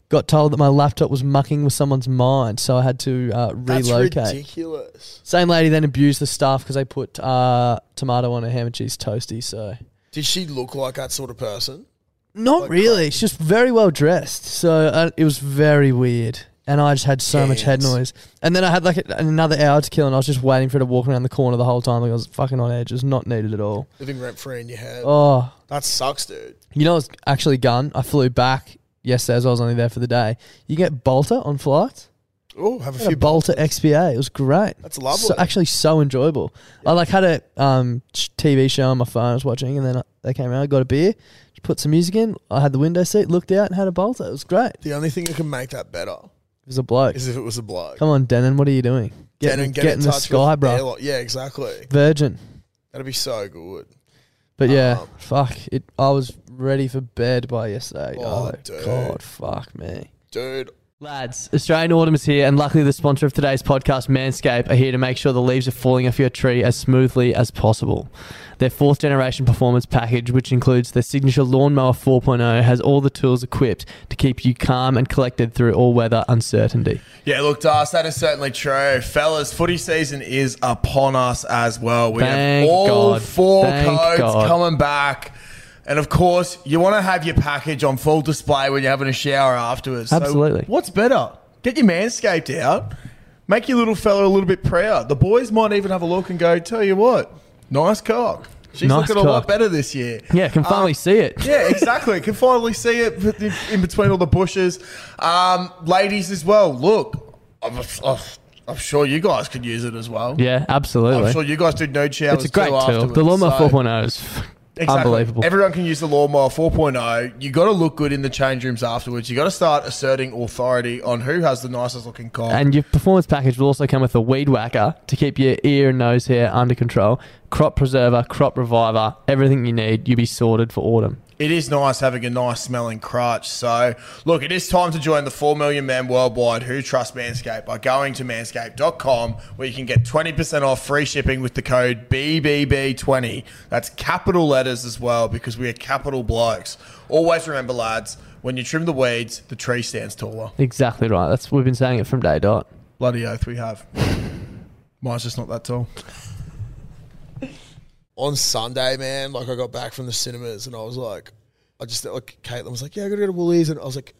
got told that my laptop was mucking with someone's mind, so I had to uh, That's relocate. ridiculous. Same lady then abused the staff because they put uh, tomato on a ham and cheese toasty, so. Did she look like that sort of person? Not really. She's very well dressed, so uh, it was very weird. and I just had so much head Yes. noise. And then I had like a- another hour to kill, and I was just waiting for it to walk around the corner the whole time. Like I was fucking on edge. It was not needed at all. Living rent free in your head. Oh, That sucks, dude. you know, it's actually gun. I flew back yesterday as I was only there for the day. You get Bolter on flights. Oh, have a Had few. a Bolter XBA. It was great. That's lovely. So, actually, so enjoyable. I like had a um, sh- TV show on my phone I was watching, and then I, they came out. I got a beer, just put some music in. I had the window seat, looked out, and had a Bolter. It was great. It the only thing that can make that better was a bloke. is if it was a bloke. Come on, Denon, what are you doing? Get Getting, in- get getting in the touch sky, with bro. airlo- Yeah, exactly. Virgin. That'd be so good. But yeah, Um, fuck it. I was ready for bed by yesterday. Oh, Oh, dude. God, fuck me. Dude, Lads, Australian Autumn is here, and luckily the sponsor of today's podcast, Manscaped, are here to make sure the leaves are falling off your tree as smoothly as possible. Their fourth generation performance package, which includes their signature lawnmower 4.0, has all the tools equipped to keep you calm and collected through all weather uncertainty. Yeah, look, Das, that is certainly true. Fellas, footy season is upon us as well. We Thank have all God. four Thank codes God. coming back. And of course, you want to have your package on full display when you're having a shower afterwards. So Absolutely. what's better? Get your manscaped out. Make your little fella a little bit proud. The boys might even have a look and go, tell you what, nice cock. She's Nice looking a lot cock. better this year. Yeah, Um, can finally see it. Yeah, exactly. Can finally see it in- in between all the bushes. Um, ladies as well. Look, I'm, I'm, I'm sure you guys could use it as well. Yeah, absolutely. I'm sure you guys do no showers. it's a great too tool. afterwards, The lawnmower so- 4.0 is f- Exactly. unbelievable. Everyone can use the lawnmower 4.0. You got to look good in the change rooms afterwards. You got to start asserting authority on who has the nicest looking cock. And your performance package will also come with a weed whacker to keep your ear and nose hair under control, crop preserver, crop reviver, everything you need. You'll be sorted for autumn. It is nice having a nice smelling crutch. So, look, it is time to join the 4 million men worldwide who trust Manscaped by going to manscaped.com where you can get 20% off free shipping with the code BBB20. That's capital letters as well because we are capital blokes. Always remember, lads, when you trim the weeds, the tree stands taller. Exactly right. That's we've been saying it from day dot. Bloody oath, we have. Mine's just not that tall. on Sunday, man, like I got back from the cinemas and I was like, I just like Caitlin was like, yeah, I gotta go to Woolies, and I was like,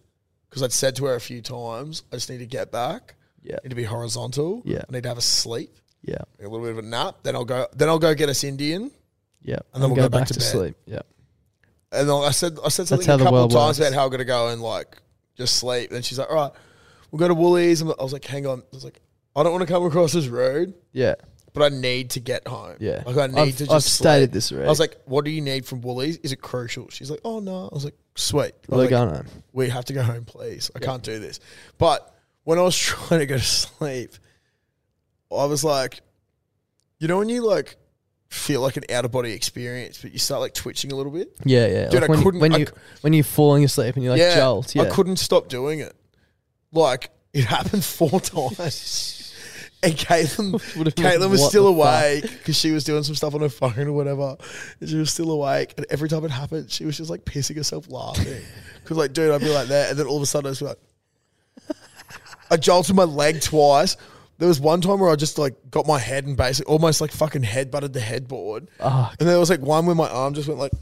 because I'd said to her a few times, I just need to get back. Yeah. need to be horizontal. Yeah. I need to have a sleep, Yeah, a little bit of a nap. Then I'll go. Then I'll go get us Indian. yeah. And then we'll go back to bed. sleep. Yeah. And then I said, I said That's something how a the couple of world times works. about how I'm gonna go and like just sleep. And she's like, all right, we'll go to Woolies. And I was like, hang on. I was like, I don't want to come across as rude. Yeah. but I need to get home. Yeah. Like I need I've- to [laughs] just I've sleep. stated this already. I was like, what do you need from Woolies? Is it crucial? She's like, oh no. I was like, sweet. I We're was like, going home. we have to go home, please. I can't do this. But when I was [laughs] trying to go to sleep, I was like, you know when you like feel like an out of body experience, but you start like twitching a little bit? Yeah, yeah. Dude, I when couldn't- You, when, I you, c- when you're falling asleep and you're like yeah. jolt. Yeah. I couldn't stop doing it. Like it happened four [laughs] times. And Caitlin, [laughs] Would have been Caitlin was what still the fuck? awake because she was doing some stuff on her phone or whatever. And she was still awake. And every time it happened, she was just like pissing herself laughing. Because, like, dude, I'd be like that. And then all of a sudden, I was like, I jolted my leg twice. There was one time where I just like got my head and basically almost like fucking head butted the headboard. And there was like one where my arm just went like,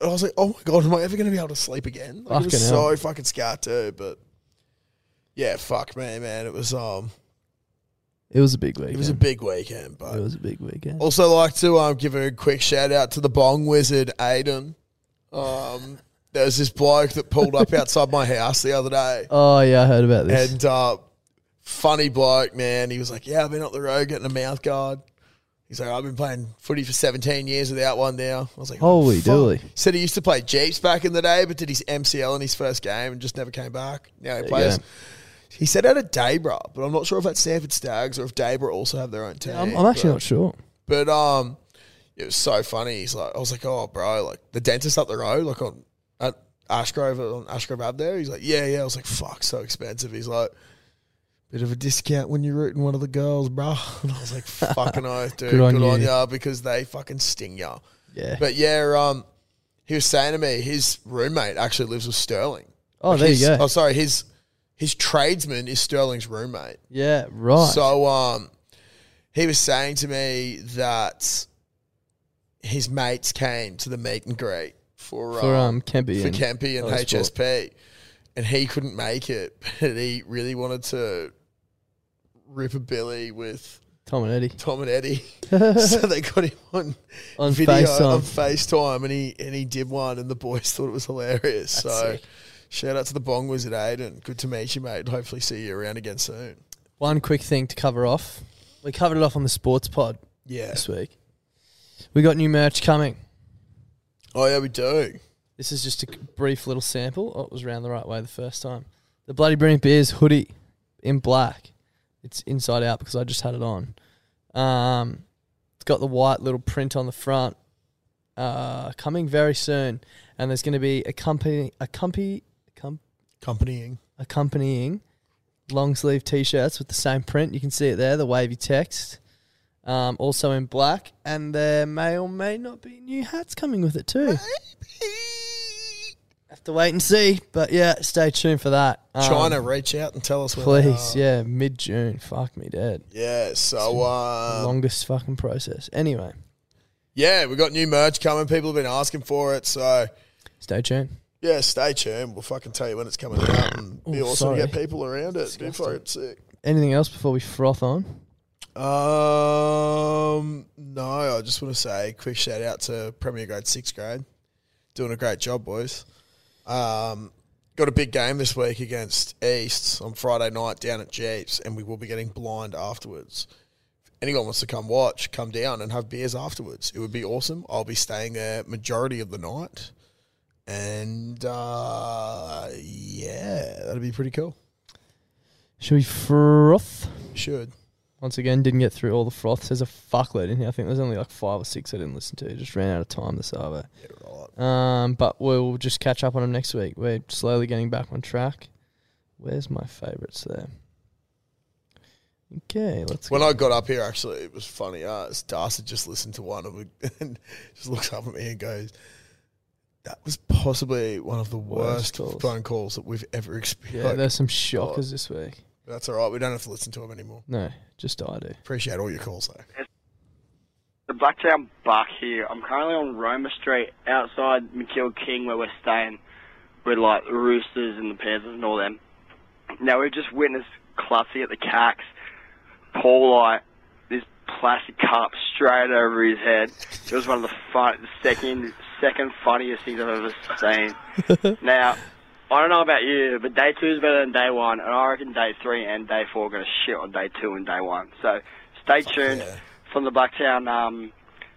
and I was like, oh my God, am I ever going to be able to sleep again? Like, it was Fucking so hell. fucking scarred too. But yeah, fuck me, man. It was, um, It was a big weekend. it was a big weekend, but It was a big weekend. also like to um, give a quick shout out to the bong wizard Aiden. Um, there was this bloke that pulled up outside my house the other day, Oh yeah, I heard about this. and uh, funny bloke, man. He was like, "Yeah, I've been up the road getting a mouth guard." He's like, "I've been playing footy for 17 years without one now." I was like, Holy fuck. dooly. Said he used to play jeeps back in the day, but did his MCL in his first game and just never came back. Now he you plays. go. He said out of Dabra, but I'm not sure if that's Sanford Stags or if Dabra also have their own team. I'm, I'm actually but- not sure. but um, it was so funny. He's like, I was like, oh, bro, like the dentist up the road, like on at Ashgrove on Ashgrove Ave there. He's like, yeah, yeah. I was like, fuck, so expensive. He's like, bit of a discount when you're rooting one of the girls, bro. [laughs] And I was [laughs] like, fucking oath, dude, good, Good on on you. ya because they fucking sting ya. Yeah. But yeah, um, he was saying to me, his roommate actually lives with Sterling. oh, there you His- go. Oh, sorry, his his tradesman is Sterling's roommate. yeah, right. So um, he was saying to me that his mates came to the meet and greet for for um, um Kempy for and Kempy and Other sport. HSP, and he couldn't make it, [laughs] but he really wanted to rip a Billy with Tom and Eddie. Tom and Eddie. [laughs] [laughs] so they got him on, On video FaceTime. on FaceTime and he and he did one and the boys [laughs] thought it was hilarious. so shout out to the Bong Wizard Aiden. Good to meet you, mate. Hopefully see you around again soon. One quick thing to cover off. We covered it off on the sports pod Yeah. this week. We got new merch coming. Oh yeah, we do. This is just a c- brief little sample. Oh, it was round the right way the first time. The Bloody Brilliant Beers hoodie in black. It's inside out because I just had it on. Um, it's got the white little print on the front. Uh, coming very soon, and there's going to be a company, a company, com- Companying. accompanying long sleeve t-shirts with the same print. You can see it there, the wavy text. Um, also in black, and there may or may not be new hats coming with it too. Have to wait and see, but yeah, stay tuned for that. Um, China, reach out and tell us where they please. are. Yeah, mid June. Fuck me dead. Yeah, so um, Longest fucking process. Anyway, yeah, we got new merch coming. People have been asking for it, so stay tuned. yeah, stay tuned. We'll fucking tell you when it's coming out, and be Oh, awesome to sorry. get people around it. Be fucking sick. Anything else before we froth on? Um, no, I just want to say a quick shout out to Premier Grade Sixth Grade, doing a great job, boys. Um, got a big game this week against Easts on Friday night down at Jeeps, and we will be getting blind afterwards. If anyone wants to come watch, come down and have beers afterwards. It would be awesome. I'll be staying there majority of the night, and uh, yeah, that'd be pretty cool. Should we froth? Should Once again, didn't get through all the froths. There's a fuckload in here. I think there's only like five or six I didn't listen to. Just ran out of time this hour. yeah, right. Um, but we'll just catch up on them next week. We're slowly getting back on track. Where's my favourites there? Okay, let's When I got up here, actually, it was funny. Uh, Darcy just listened to one of it [laughs] and just looks up at me and goes, "That was possibly one of the worst, Worst calls. phone calls that we've ever Yeah, experienced." there's some shockers this week. That's all right. We don't have to listen to them anymore. No, just I do. Appreciate all your calls though. The Blacktown Buck here. I'm currently on Roma Street outside McKill King where we're staying with like the Roosters and the Panthers and all them. Now we've just witnessed Clutzy at the Cax pull like this plastic cup straight over his head. It was one of the fun, the second second funniest things I've ever seen. now, I don't know about you, but day two is better than day one, and I reckon day three and day four are going to shit on day two and day one. So stay tuned from the Blacktown, um,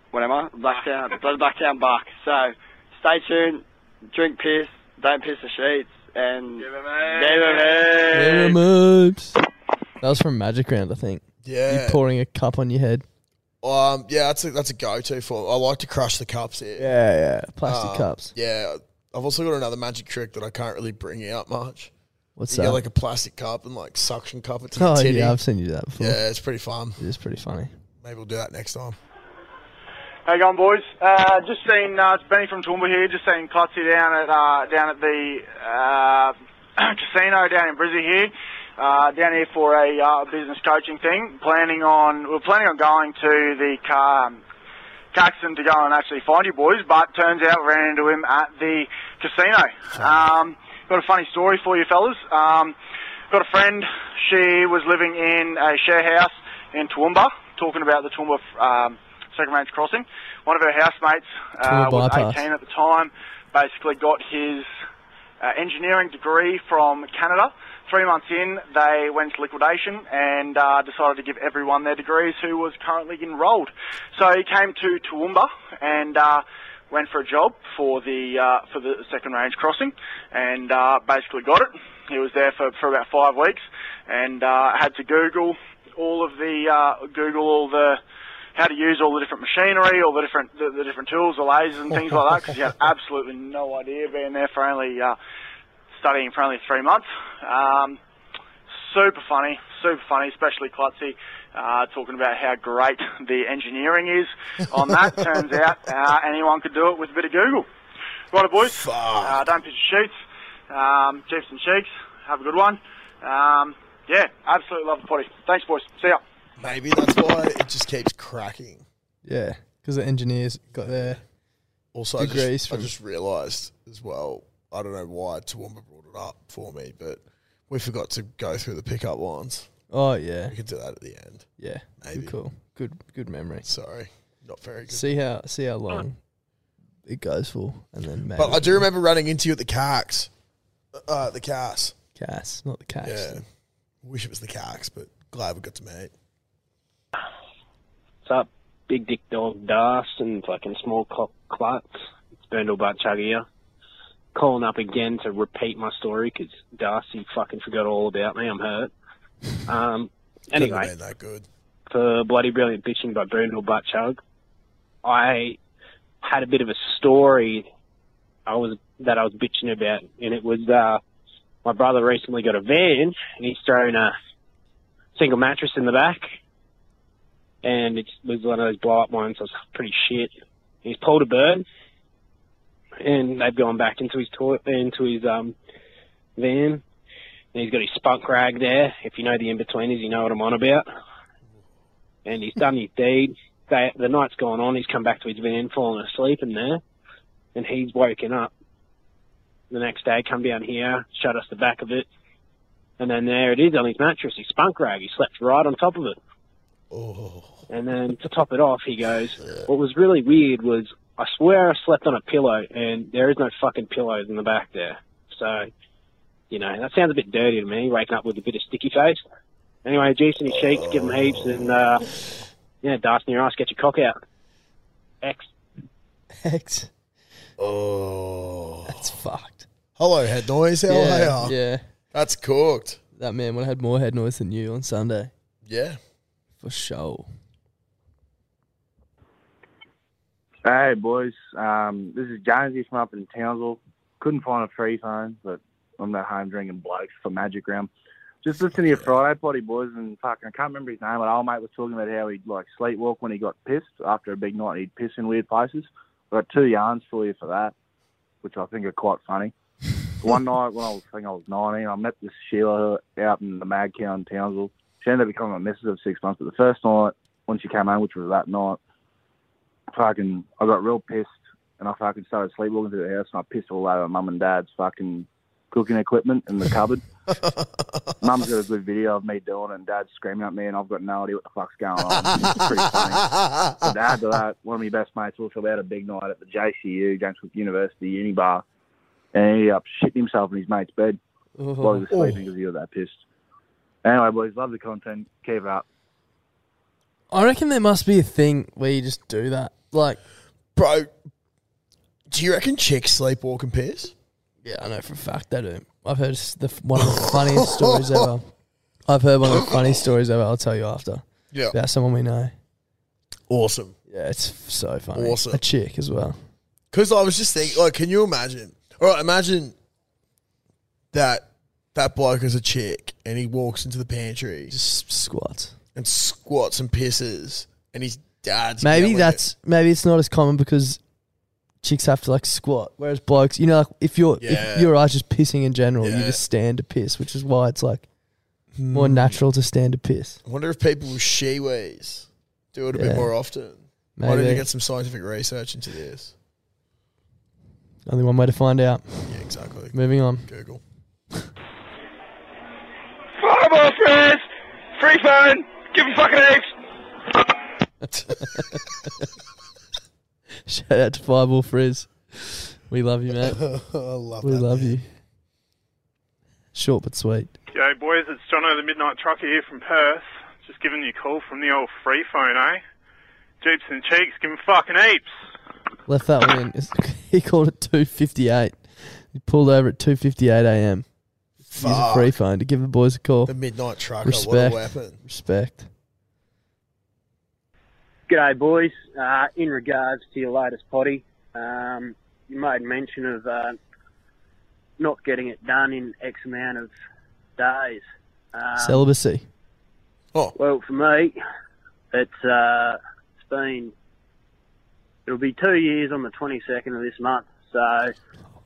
what am I? Blacktown, Bloody Blacktown Buck. So stay tuned, drink piss, don't piss the sheets, and give 'em head. Pyramids. That was from Magic Round, I think. Yeah, You pouring a cup on your head. um, yeah, that's a, that's a go-to for. I like to crush the cups here. Yeah, yeah. Plastic Um, cups. Yeah, I've also got another magic trick that I can't really bring out much. What's You that? get like a plastic cup and like suction cup it to the oh titty. yeah, Yeah, I've seen you do that before. it's pretty fun. It is pretty funny. Maybe we'll do that next time. How you going, boys? Uh, just seen uh, it's Benny from Toowoomba here. Just seen Clutzy down at uh, down at the uh, [clears throat] casino down in Brizzy here. Uh, down here for a uh, business coaching thing. Planning on we're planning on going to the car. Caxton to go and actually find you boys, but turns out ran into him at the casino. Um, got a funny story for you fellas. Um, got a friend, she was living in a share house in Toowoomba, talking about the Toowoomba um, Second Range Crossing. One of her housemates uh, Toowoomba was bypass. 18 at the time, basically got his uh, engineering degree from Canada. Three months in, they went to liquidation and uh, decided to give everyone their degrees who was currently enrolled. So he came to Toowoomba and uh, went for a job for the uh, for the second range crossing, and uh, basically got it. He was there for, for about five weeks, and uh, had to Google all of the uh, Google all the how to use all the different machinery, all the different the, the different tools, the lasers and things like that, because he had absolutely no idea being there for only uh, studying for only three months. Um, super funny, super funny, especially Klutzy, uh, talking about how great the engineering is on that. Turns out uh, anyone could do it with a bit of Google. Righto, boys. Uh, don't pitch your sheets. Um, Chiefs and Cheeks, have a good one. Um, yeah, absolutely love the potty. Thanks, boys. See ya. Maybe that's why it just keeps cracking. Yeah, because the engineers got their Also, I degrees just, I from- just realised as well I don't know why Toowoomba brought it up for me, but we forgot to go through the pickup ones. Oh yeah, We could do that at the end. yeah. Maybe. Cool. Good. Good memory. Sorry, not very good. See how see how long it goes for, and then maybe But I do remember running into you at the Carks. Uh, the Cars. Cass, not the Cass. Yeah. Wish it was the Carks, but glad we got to meet. What's up, big dick dog Das and fucking small cock klutz? It's Bendel Bartchagia. Calling up again to repeat my story because Darcy fucking forgot all about me. I'm hurt. Um, Couldn't have anyway, been that good. for Bloody Brilliant Bitching by Boondle Butt Chug, I had a bit of a story I was that I was bitching about, and it was uh, my brother recently got a van, and he's thrown a single mattress in the back, and it was one of those blow up ones. So it's pretty shit. He's pulled a bird, and they've gone back into his toy into his um van. And he's got his spunk rag there. If you know the in-betweeners, you know what I'm on about and he's done his deed. They, the night's gone on. He's come back to his van, fallen asleep in there, and he's woken up. The next day, come down here, showed us the back of it, and then there it is on his mattress. His spunk rag. He slept right on top of it. And then to top it off, he goes, "What was really weird was I swear I slept on a pillow, and there is no fucking pillows in the back there. So, you know, that sounds a bit dirty to me, waking up with a bit of sticky face. Anyway, juice in his cheeks, give him heaps, and uh, yeah, dust in your eyes, get your cock out. X. Hex. Oh. That's fucked. Hello, head noise. How yeah, are you? yeah. That's cooked. That man would have had more head noise than you on Sunday Yeah. for sure. Hey boys, um, this is Jonesy from up in Townsville. Couldn't find a free phone, but I'm at home drinking blokes for Magic Round. Just listening to your Friday potty boys and fucking I can't remember his name, but old mate was talking about how he'd like sleepwalk when he got pissed after a big night. He'd piss in weird places. I got two yarns for you for that, which I think are quite funny. One night when I was I think I was 19, I met this Sheila out in the Mag Cow in Townsville. She ended up becoming my missus of six months, but the first night when she came home, which was that night fucking I got real pissed and I fucking started sleepwalking through the house and I pissed all over mum and dad's fucking cooking equipment in the cupboard. Mum's got a good video of me doing it and dad's screaming at me and I've got no idea what the fuck's going on. It's pretty funny. But to add to that, one of my best mates also had a big night at the JCU, James Cook University Uni Bar, and he ended up shitting himself in his mate's bed while he was sleeping because he was that pissed. Anyway, boys, love the content. Keep it up. I reckon there must be a thing where you just do that. Like, Bro, do you reckon chicks sleepwalk and piss? yeah, I know for a fact they do. I've heard s- the, f- one of the funniest [laughs] stories ever. I've heard one of the funniest stories ever. I'll tell you after Yeah. about someone we know. Awesome. Yeah, it's f- so funny. Awesome. A chick as well. Because I was just thinking, like, can you imagine? All right, imagine that that bloke is a chick and he walks into the pantry Just squats. and squats and pisses, and his dad's Maybe yelling at that's maybe it's not as common because chicks have to like squat, whereas blokes, you know, like if you're Yeah. if your eyes just pissing in general, you Yeah. Hmm. just stand to piss, which is why it's like more natural to stand to piss. I wonder if people with shiwis do it a Yeah. bit more often. Why don't Maybe you get some scientific research into this? only one way to find out. Yeah, exactly. Moving on. Google. Fireball friends! Free phone! Give him fucking eggs! [laughs] Shout out to Fireball Frizz. We love you, mate. [laughs] I love We that. love you. Short but sweet. Yo, boys, it's Jono the Midnight Trucker here from Perth. Just giving you a call from the old free phone, eh? Jeeps and cheeks, give 'em fucking heaps. Left that one in. [laughs] He called it two fifty eight. He pulled over at two fifty eight a.m. Use a Fuck. free phone to give the boys a call. The midnight trucker. What Respect. a weapon. Respect. G'day, boys. Uh, in regards to your latest potty, um, you made mention of uh, not getting it done in X amount of days. Ah. Um, Celibacy. Well, for me, it's uh, it's been it'll be two years on the 22nd of this month, so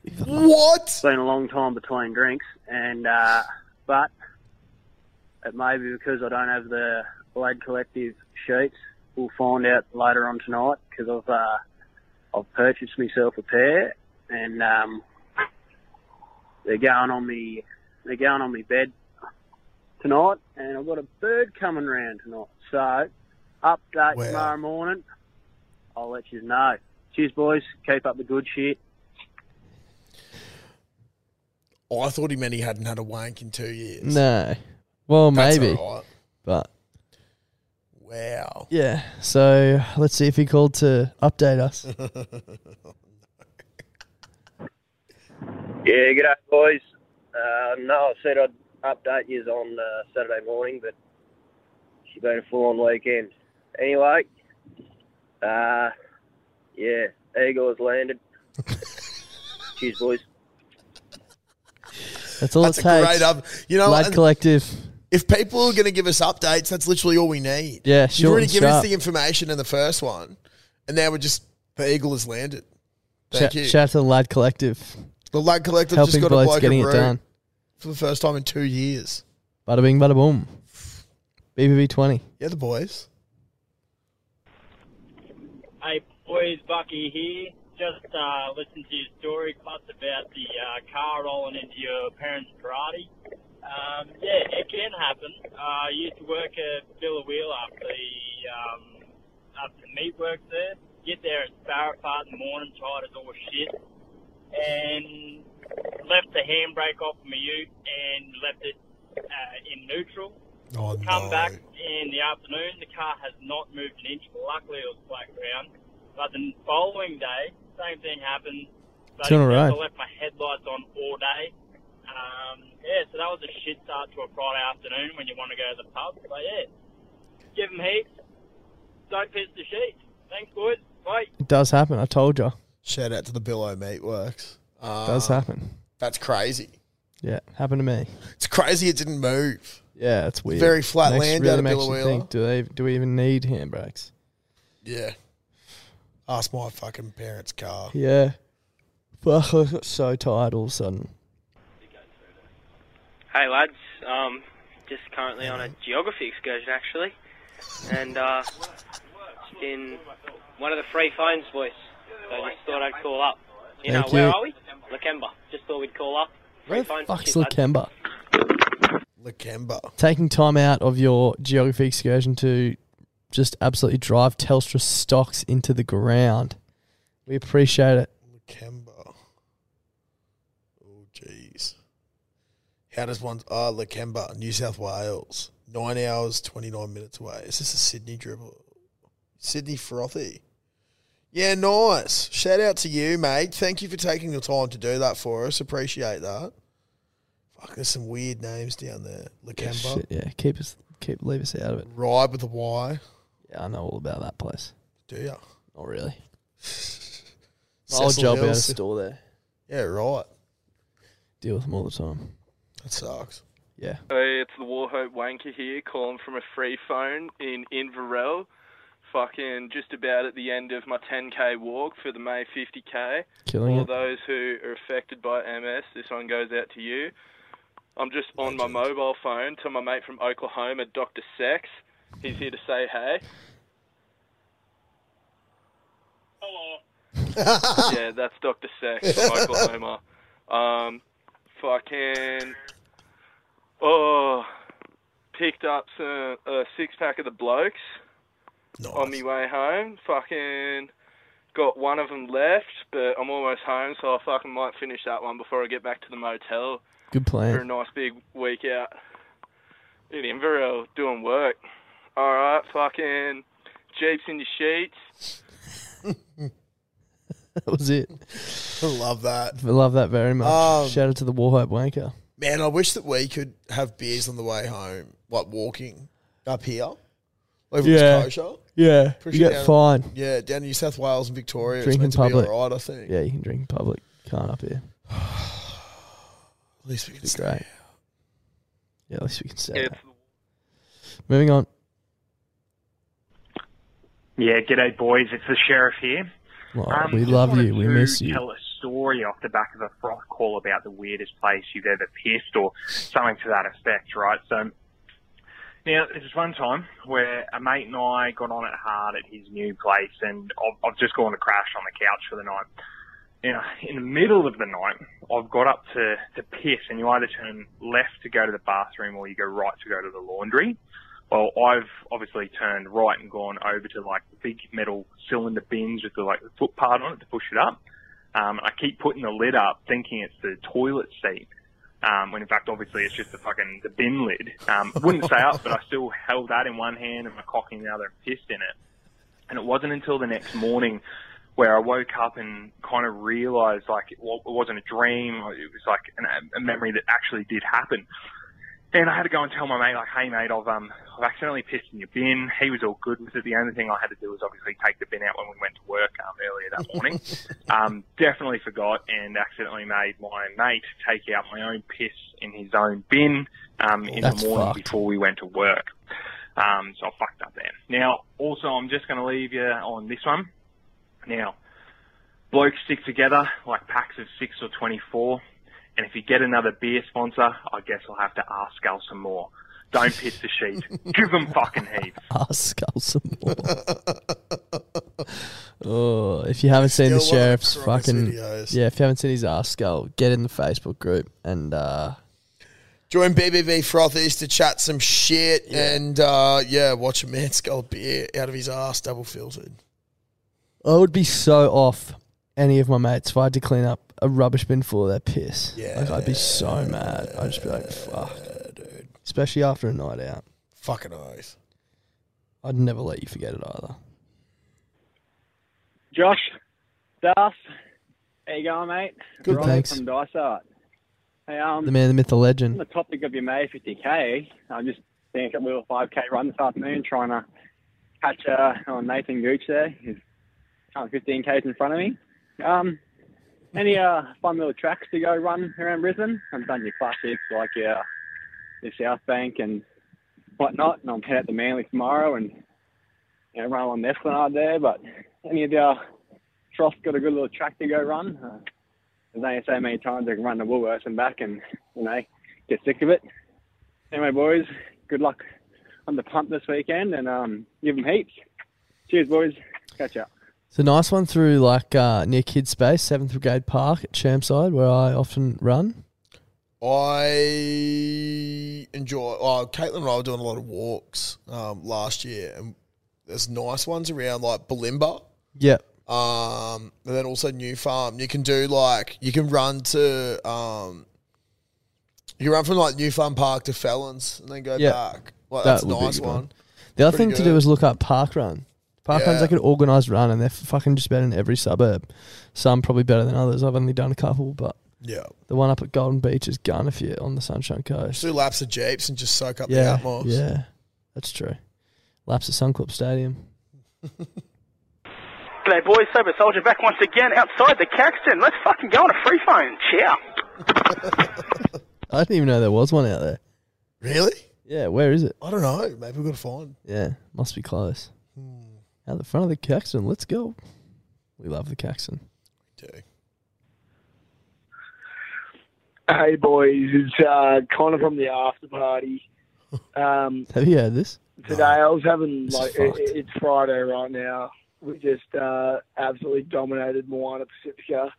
it's What? been a long time between drinks, and uh, but it may be because I don't have the Blade Collective sheets. We'll find out later on tonight because I've uh, I've purchased myself a pair, and um, They're going on me. They're going on me bed tonight, and I've got a bird coming round tonight. So update Wow. tomorrow morning. I'll let you know. Cheers, boys. Keep up the good shit. I thought he meant he hadn't had a wank in two years. No. Well, That's maybe. alright. But Wow. [laughs] yeah. So let's see if he called to update us. Yeah, g'day, boys. Uh, no, I said I'd update you on uh, Saturday morning, but she's been a full on weekend. Anyway, uh, yeah, Eagle has landed. Cheers, boys. That's all That's it a takes. great up. You know, Lad and- Collective. If people are going to give us updates, that's literally all we need. Yeah, You've short already and given us sharp. the information in the first one, and now we're just the eagle has landed. Thank Shout- you. Shout out to the Lad Collective. the lad collective Helping just got a blokes bloke getting in it route done. for the first time in two years. Bada bing, bada boom. BBB twenty. Yeah, the boys. Hey, boys, Bucky here. Just uh, listened to your story, Clutz, about the uh, car rolling into your parents' karate. Um, yeah, it can happen. Uh, I used to work at Villa Wheel up the, um, up the meat works there. Get there at Sparrow Park in the morning, tired as all shit. And left the handbrake off my ute and left it uh, in neutral. Oh, Come back in the afternoon, the car has not moved an inch. Luckily, it was flat ground. But the following day, same thing happened. But Turn except around. I left my headlights on all day. Um, yeah, so that was a shit start to a Friday afternoon when you want to go to the pub. But yeah, give them heaps. Don't piss the sheets. Thanks, boys. Bye. It does happen. I told you. Shout out to the Billo Meat Works. Um, does happen. That's crazy. Yeah, happened to me. It's crazy it didn't move. Yeah, it's weird. Very flat Makes- land really out of makes you Billawheeler. think, Do they? Do we even need handbrakes? Yeah. Ask my fucking parents' car. Yeah. Fuck, I got so tired all of a sudden. Hey lads, um, just currently on a geography excursion actually, and uh, in one of the free phones, boys. So I just thought I'd call up. You know, Thank where you. are we? Lakemba. Just thought we'd call up. Free phone. Fuck's Cheers, lads. [laughs] Lakemba. Lakemba. Taking time out of your geography excursion to just absolutely drive Telstra stocks into the ground. We appreciate it. Lakemba. Oh, jeez. How does one? Ah, Lakemba, New South Wales. Nine hours, 29 minutes away. Is this a Sydney dribble? Sydney frothy. Yeah, nice. Shout out to you, mate. Thank you for taking the time to do that for us. Appreciate that. Fuck, there's some weird names down there. Lakemba. Shit, yeah. Keep us, keep leave us out of it. Ride with a Y. Yeah, I know all about that place. Do ya? [laughs] Not really. My old job, we had a store there. Yeah, right. Deal with them all the time. That sucks. Yeah. Hey, it's the Warhope Wanker here, calling from a free phone in Inverell. Fucking just about at the end of my 10k walk for the May 50k. Killing All it. those who are affected by MS, this one goes out to you. I'm just on my mobile phone to my mate from Oklahoma, Dr. Sex. He's here to say hey. [laughs] yeah, that's Dr. Sex from Oklahoma. Um, fucking. Oh, picked up some a six pack of the blokes on my way home. Fucking got one of them left, but I'm almost home, so I fucking might finish that one before I get back to the motel. Good plan. For [laughs] a nice big week out in Inverell doing work. All right, fucking jeeps in your sheets. That was it. I love that. I love that very much. Um, Shout out to the Warhope Wanker. Man, I wish that we could have beers on the way home, like walking up here. Like if Yeah. it was kosher. Yeah, Push you it get down- fined. Yeah, down in New South Wales and Victoria, Drink in it's meant to public. be all right, I think. Yeah, you can drink in public. Can't up here. [sighs] At least we can Be great. Yeah, at least we can say It's that. Moving on. Yeah, g'day boys, it's the Sheriff here. Well, Um, we just love wanted you. We to miss you. Tell a story off the back of a froth call about the weirdest place you've ever pissed or something to that effect, right? So now there's this one time where a mate and I got on it hard at his new place, and I've, I've just gone to crash on the couch for the night. Now, in the middle of the night, I've got up to, to piss, and you either turn left to go to the bathroom or you go right to go to the laundry. Well, I've obviously turned right and gone over to like the big metal cylinder bins with the like the foot part on it to push it up. Um, I keep putting the lid up, thinking it's the toilet seat, um, when in fact, obviously, it's just the fucking the bin lid. Um, wouldn't stay up, but I still held that in one hand and my cock in the other and pissed in it. And it wasn't until the next morning where I woke up and kind of realized like it wa- it wasn't a dream. It was like an, a memory that actually did happen. And I had to go and tell my mate, like, hey mate, I've um, I've accidentally pissed in your bin. He was all good with it. The only thing I had to do was obviously take the bin out when we went to work um, earlier [laughs] that morning. um, definitely forgot and accidentally made my mate take out my own piss in his own bin um, in That's the morning fucked. before we went to work. Um, so I fucked up there. Now, also, I'm just going to leave you on this one. Now, blokes stick together like packs of six or 24. And if you get another beer sponsor, I guess I'll have to ask Al some more. Don't piss the sheet. Give them fucking heaps. [laughs] Ask us some more. oh, if you haven't seen the Still one of the sheriff's strongest fucking videos. yeah, if you haven't seen his ask skull, get in the Facebook group and uh, Join BBV Frothies to chat some shit and uh, yeah, watch a man skull beer out of his ass, double filtered. I would be so off any of my mates if I had to clean up a rubbish bin full of their piss. Yeah, like I'd be so mad. I'd just be like, fuck, dude. Especially after a night out. Fucking eyes. I'd never let you forget it either. Josh, Duff, how you going, mate? Good, Ryan thanks. From Dysart. Hey, um, The man, the myth, the On legend. the topic of your May 50k, I'm just doing a couple little 5k run this afternoon, trying to catch uh, on Nathan Gooch there. He's kind of 15k's in front of me. Um, any uh, fun little tracks to go run around Brisbane? I've done your classics like your, your South Bank and whatnot, and I'm headed out to Manly tomorrow and you know, run along the Esplanade there. But any of the uh, Troth got a good little track to go run. Uh, there's only so many times I can run to Woolworths and back, and you know get sick of it. Anyway, boys, good luck on the pump this weekend and um, give them heaps. Cheers, boys. Catch ya. It's a nice one through like uh, near Kids Space, Seventh Brigade Park at Chermside, where I often run. I enjoy. Oh, Caitlin and I were doing a lot of walks um, last year, and there's nice ones around like Balimba. Yeah, Um, and then also New Farm. You can do like you can run to um, you can run from like New Farm Park to Felons, and then go Yeah. back. Like That that's a would be a nice good one. one. The other Pretty thing to good. do is look up park run. Park run's Yeah. like an organised run, and they're fucking just about in every suburb. Some probably better than others. I've only done a couple, but Yeah. the one up at Golden Beach is gun if you're on the Sunshine Coast. Just do laps of jeeps and just soak up yeah, the Atmos. yeah, that's true. Laps at Sun Club Stadium. G'day boys, Sober Soldier back once again outside the Caxton. Let's fucking go on a free phone. Cheer. I didn't even know there was one out there. Really? Yeah, where is it? I don't know. Hmm. Maybe we're gonna find. Yeah, must be close. Out the front of the Caxton, let's go. We love the Caxton. Hey boys, it's uh, Connor from the after party. Um, Have you heard this? today I was having This is like it, fucked. it's Friday right now. We just uh, absolutely dominated Moana Pacifica.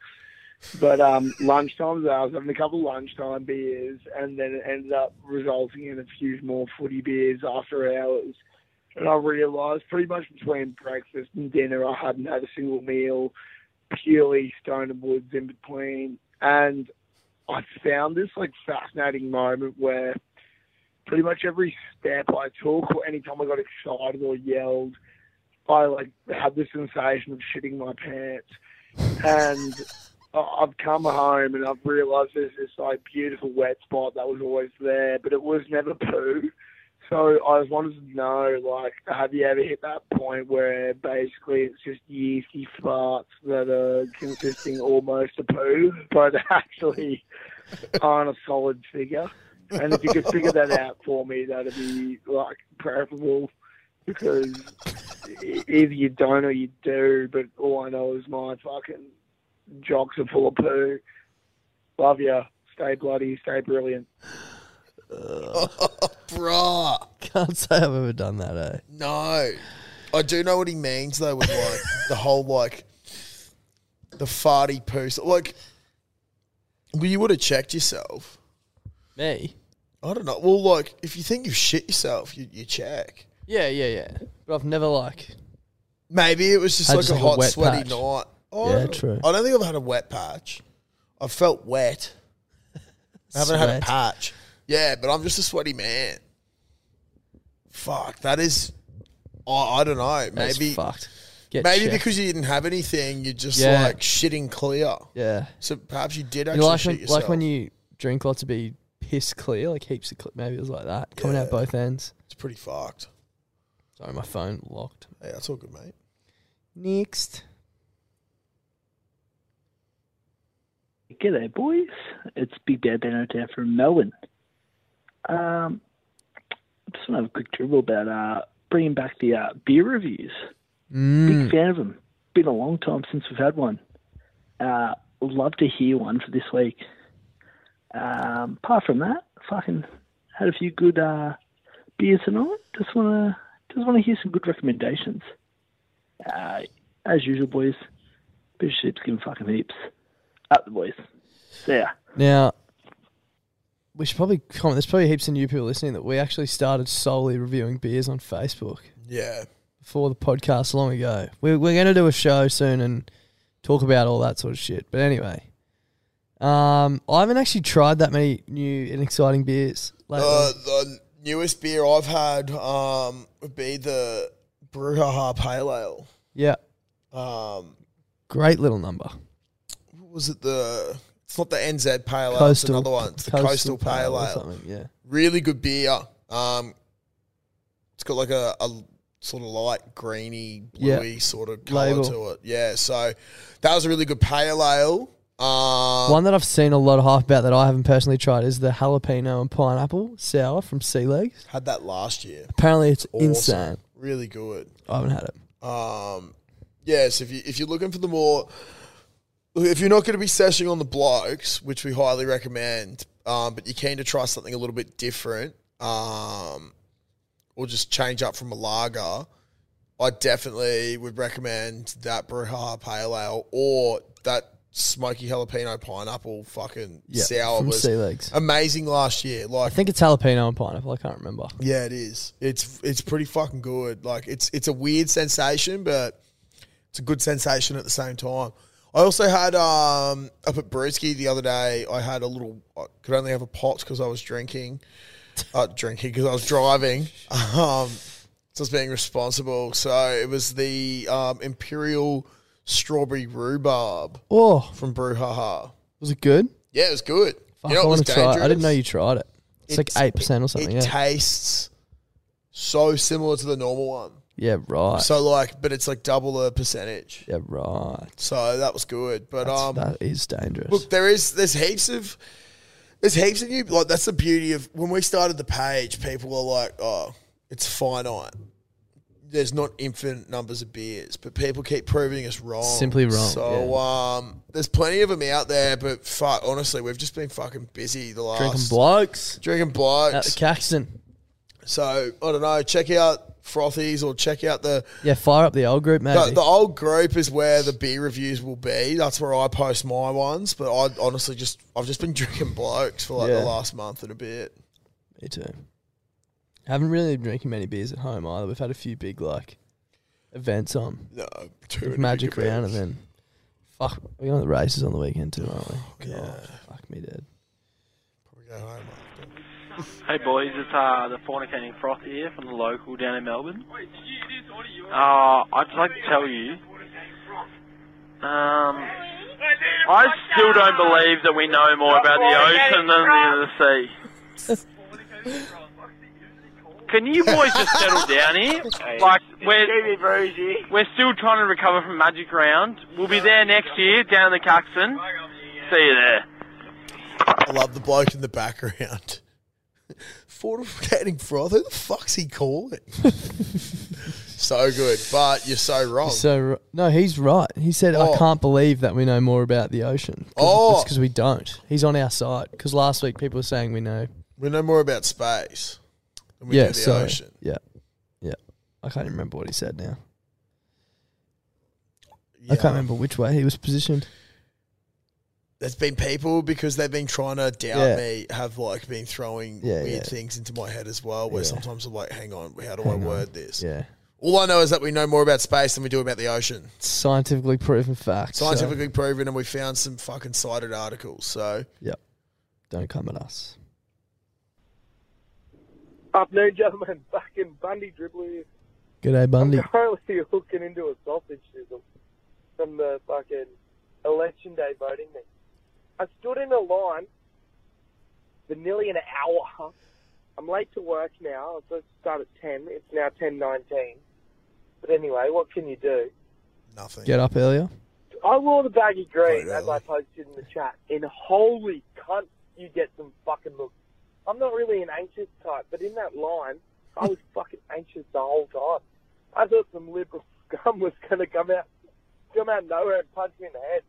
But [laughs] um, lunchtime, I was having a couple lunchtime beers, and then it ended up resulting in a few more footy beers after hours. And I realised pretty much between breakfast and dinner, I hadn't had a single meal, purely stone and woods in between. And I found this like fascinating moment where pretty much every step I took or any time I got excited or yelled, I like had the sensation of shitting my pants. And I- I've come home and I've realised there's this like beautiful wet spot that was always there, but it was never poo. So I just wanted to know, like, have you ever hit that point where basically it's just yeasty farts that are consisting almost of poo, but [laughs] actually aren't a solid figure? And if you could figure that out for me, that'd be like preferable because e- either you don't or you do. But all I know is my fucking jocks are full of poo. Love you. Stay bloody. Stay [laughs] brilliant. Bruh. [laughs] Can't say I've ever done that, eh? [laughs] No. I do know what he means though with like the whole like The farty poos. Like, well, you would have checked yourself. Me? I don't know. Well, like, if you think you've shit yourself, you, you check. Yeah, yeah, yeah. But I've never like. Maybe it was just Had like just a like a hot, wet sweaty patch. night. Oh, I Yeah, don't- true. I don't think I've had a wet patch. I felt wet. I haven't had Sweat. a patch. Yeah, but I'm just a sweaty man. Fuck, that is. I, I don't know. That's Maybe fucked. Get maybe checked. because you didn't have anything, you're just Yeah. like shitting clear. Yeah. So perhaps you did actually You know, like shit when, yourself. like when you drink lots of be piss clear, like heaps of clear. Maybe it was like that coming Yeah. out both ends. It's pretty fucked. Sorry, my phone locked. Hey, that's all good, mate. Next. G'day, boys. It's Big Dad Beno down from Melbourne. Um, I just want to have a quick dribble about uh, bringing back the uh, beer reviews. Mm. Big fan of them. Been a long time since we've had one. Uh, love to hear one for this week. Um, apart from that, fucking had a few good uh, beers tonight. Just wanna just wanna hear some good recommendations. Uh, as usual, boys. Bit of shit's giving fucking heaps. Up the boys. See ya. Now, we should probably comment. There's probably heaps of new people listening that we actually started solely reviewing beers on Facebook. Yeah. Before the podcast long ago. We're, we're going to do a show soon and talk about all that sort of shit. But anyway, um, I haven't actually tried that many new and exciting beers lately. Uh, the newest beer I've had um, would be the Brouhaha Pale yeah. Ale. Um, Great little number. what was it the? It's not the NZ Pale Ale. It's Coastal- another one. It's the Coastal Coastal, Pale Pale or Ale. something, yeah. Really good beer. Um, it's got like a, a sort of light greeny, Yeah. bluey sort of color Label. to it. Yeah. So that was a really good pale ale. Um, One that I've seen a lot of hype about that I haven't personally tried is the jalapeno and pineapple sour from Sea Legs. had that last year. Apparently, it's Awesome. insane. Really good. I haven't had it. Um, yes, if you if you're looking for the more, if you're not going to be seshing on the blokes, which we highly recommend, um, but you're keen to try something a little bit different, um, or just change up from a lager, I definitely would recommend that Bruja Pale Ale or that smoky jalapeno pineapple fucking Yeah, sour from was Sea Legs. amazing last year. Like I think it's jalapeno and pineapple. I can't remember. yeah, it is. It's it's pretty fucking good. Like it's it's a weird sensation, but it's a good sensation at the same time. I also had um up at Brewski the other day. I had a little. I could only have a pot because I was drinking, uh, drinking because I was driving. [laughs] Um, so I was being responsible. So it was the um, Imperial Strawberry Rhubarb Oh, from Brouhaha. was it good? Yeah, it was good. Fuck, you know, I it was want to try it. I didn't know dangerous? you tried it. It's, like eight percent or something. It yeah. tastes so similar to the normal one. yeah. Right. So like, but it's like double the percentage. yeah. Right. So that was good. But That's- um, that is dangerous. Look, there is there's heaps of there's heaps of you like that's the beauty of when we started the page, people were like, Oh, it's finite. There's not infinite numbers of beers, but people keep proving us wrong. Simply wrong, So um there's plenty of them out there, but fuck, honestly, we've just been fucking busy the last Drinking blokes. Drinking blokes. Out the Caxton. So I don't know, check out Frothies or check out the Yeah. Fire up the old group, maybe. the, the old group is where the beer reviews will be. That's where I post my ones. But I honestly just I've just been [laughs] drinking blokes for like Yeah. the last month and a bit. Me too. Haven't really been drinking many beers at home either. We've had a few big like events on. No, Big magic round and then fuck. We're going to the races on the weekend too, aren't we? Oh, God, fuck me dead. Hey boys, it's uh, the fornicating froth here from the local down in Melbourne. Uh, I'd just like to tell you, um, I still don't believe that we know more about the ocean than the sea. Can you boys just settle down here? Like we're we're still trying to recover from Magic Round. We'll be there next year down the Caxton. See you there. I love the bloke in the background. [laughs] Fortificating froth. Who the fuck's he calling? [laughs] so good, but you're so wrong. So ri- no, he's right. He said, "I Oh. can't believe that we know more about the ocean." Oh. because we don't. He's on our side. Because last week people were saying we know. we know more about space than we yeah, do the so- ocean. Yeah, yeah. I can't even remember what he said now. I can't remember which way he was positioned. There's been people because they've been trying to doubt Yeah. me have like been throwing Yeah, weird yeah. things into my head as well. Where Yeah. sometimes I'm like, hang on, how do I Hang on. word this? Yeah. All I know is that we know more about space than we do about the ocean. Scientifically proven fact. so- Scientifically proven, and we found some fucking cited articles. So Yep. Don't come at us. Afternoon, gentlemen. Fucking Bundy dribbler. G'day, Bundy. I'm currently hooking into a sausage sizzle from the fucking election day voting thing. I stood in a line for nearly an hour. I'm late to work now. I was supposed to start at 10. It's now 10.19. But anyway, what can you do? Nothing. Get up earlier. I wore the baggy green as I posted in the chat. And holy cunt, you get some fucking looks. I'm not really an anxious type, but in that line, I [laughs] was fucking anxious the whole time. I thought some liberal [laughs] scum was going to come out, come out of nowhere and punch me in the head.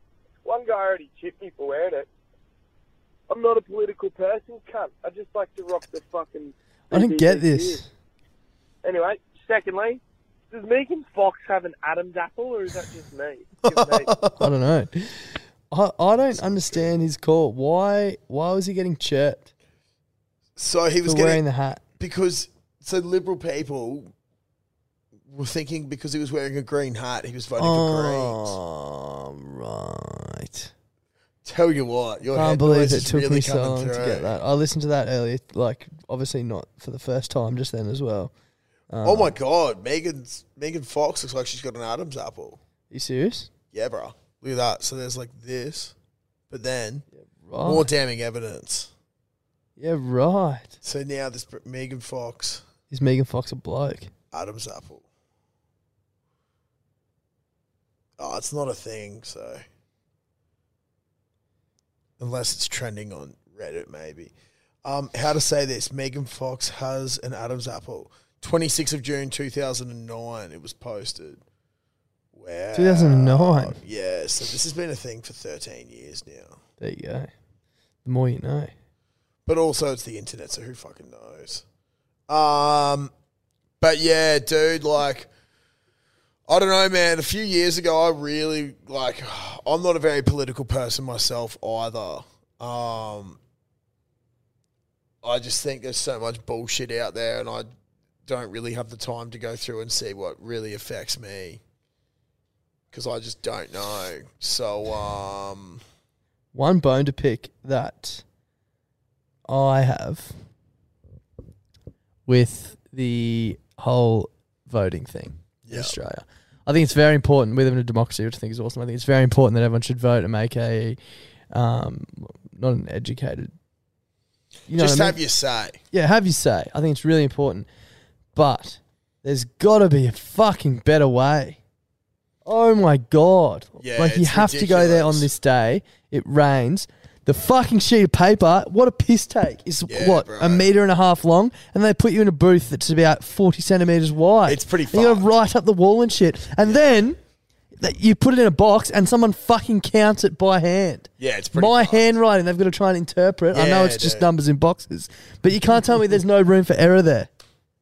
One guy already chipped me for wearing it. I'm not a political person, cunt. I just like to rock the fucking. I didn't get this. Anyway, secondly, does Megan Fox have an Adam's apple, or is that just me? [laughs] Give me- I don't know. I, I don't understand his call. Why why was he getting chirped? So he was for getting- wearing the hat. because so liberal people were thinking because he was wearing a green hat, he was voting for Greens. Oh, right. Tell you what, your Can't head believe noise it is took really me so long coming to through. get that. I listened to that earlier, like obviously not for the first time, just then as well. oh Um, my god, Megan's Megan Fox looks like she's got an Adam's apple. You serious? Yeah, bro. Look at that. So there's like this, but then right. more damning evidence. Yeah, right. So now this pr- Megan Fox Is Megan Fox a bloke? Adam's apple. Oh, it's not a thing. So unless it's trending on Reddit, maybe. Um, how to say this? Megan Fox has an Adam's apple. 26th of June 2009, it was posted. Wow. 2009. Yeah, so this has been a thing for 13 years now. There you go. The more you know. But also, it's the internet, so who fucking knows? Um, but yeah, dude, like, I don't know, man. A few years ago, I really like. [sighs] I'm not a very political person myself either. Um, I just think there's so much bullshit out there, and I don't really have the time to go through and see what really affects me because I just don't know. So, um, One bone to pick that I have with the whole voting thing in Australia. I think it's very important. We live in a democracy, which I think is awesome. I think it's very important that everyone should vote and make a um, not an educated. You know just what I mean? have your say. Yeah, have your say. I think it's really important. But there's got to be a fucking better way. Oh my God. Yeah, like, you it's have to go there on this day. It rains. The fucking sheet of paper, what a piss take, is what, a meter and a half long? And they put you in a booth that's about 40 centimeters wide. It's pretty You gotta write up the wall and shit. And then that you put it in a box and someone fucking counts it by hand. Yeah, it's My handwriting, they've got to try and interpret. I know Yeah, it's just dude. numbers in boxes, but you can't [laughs] tell me there's no room for error there.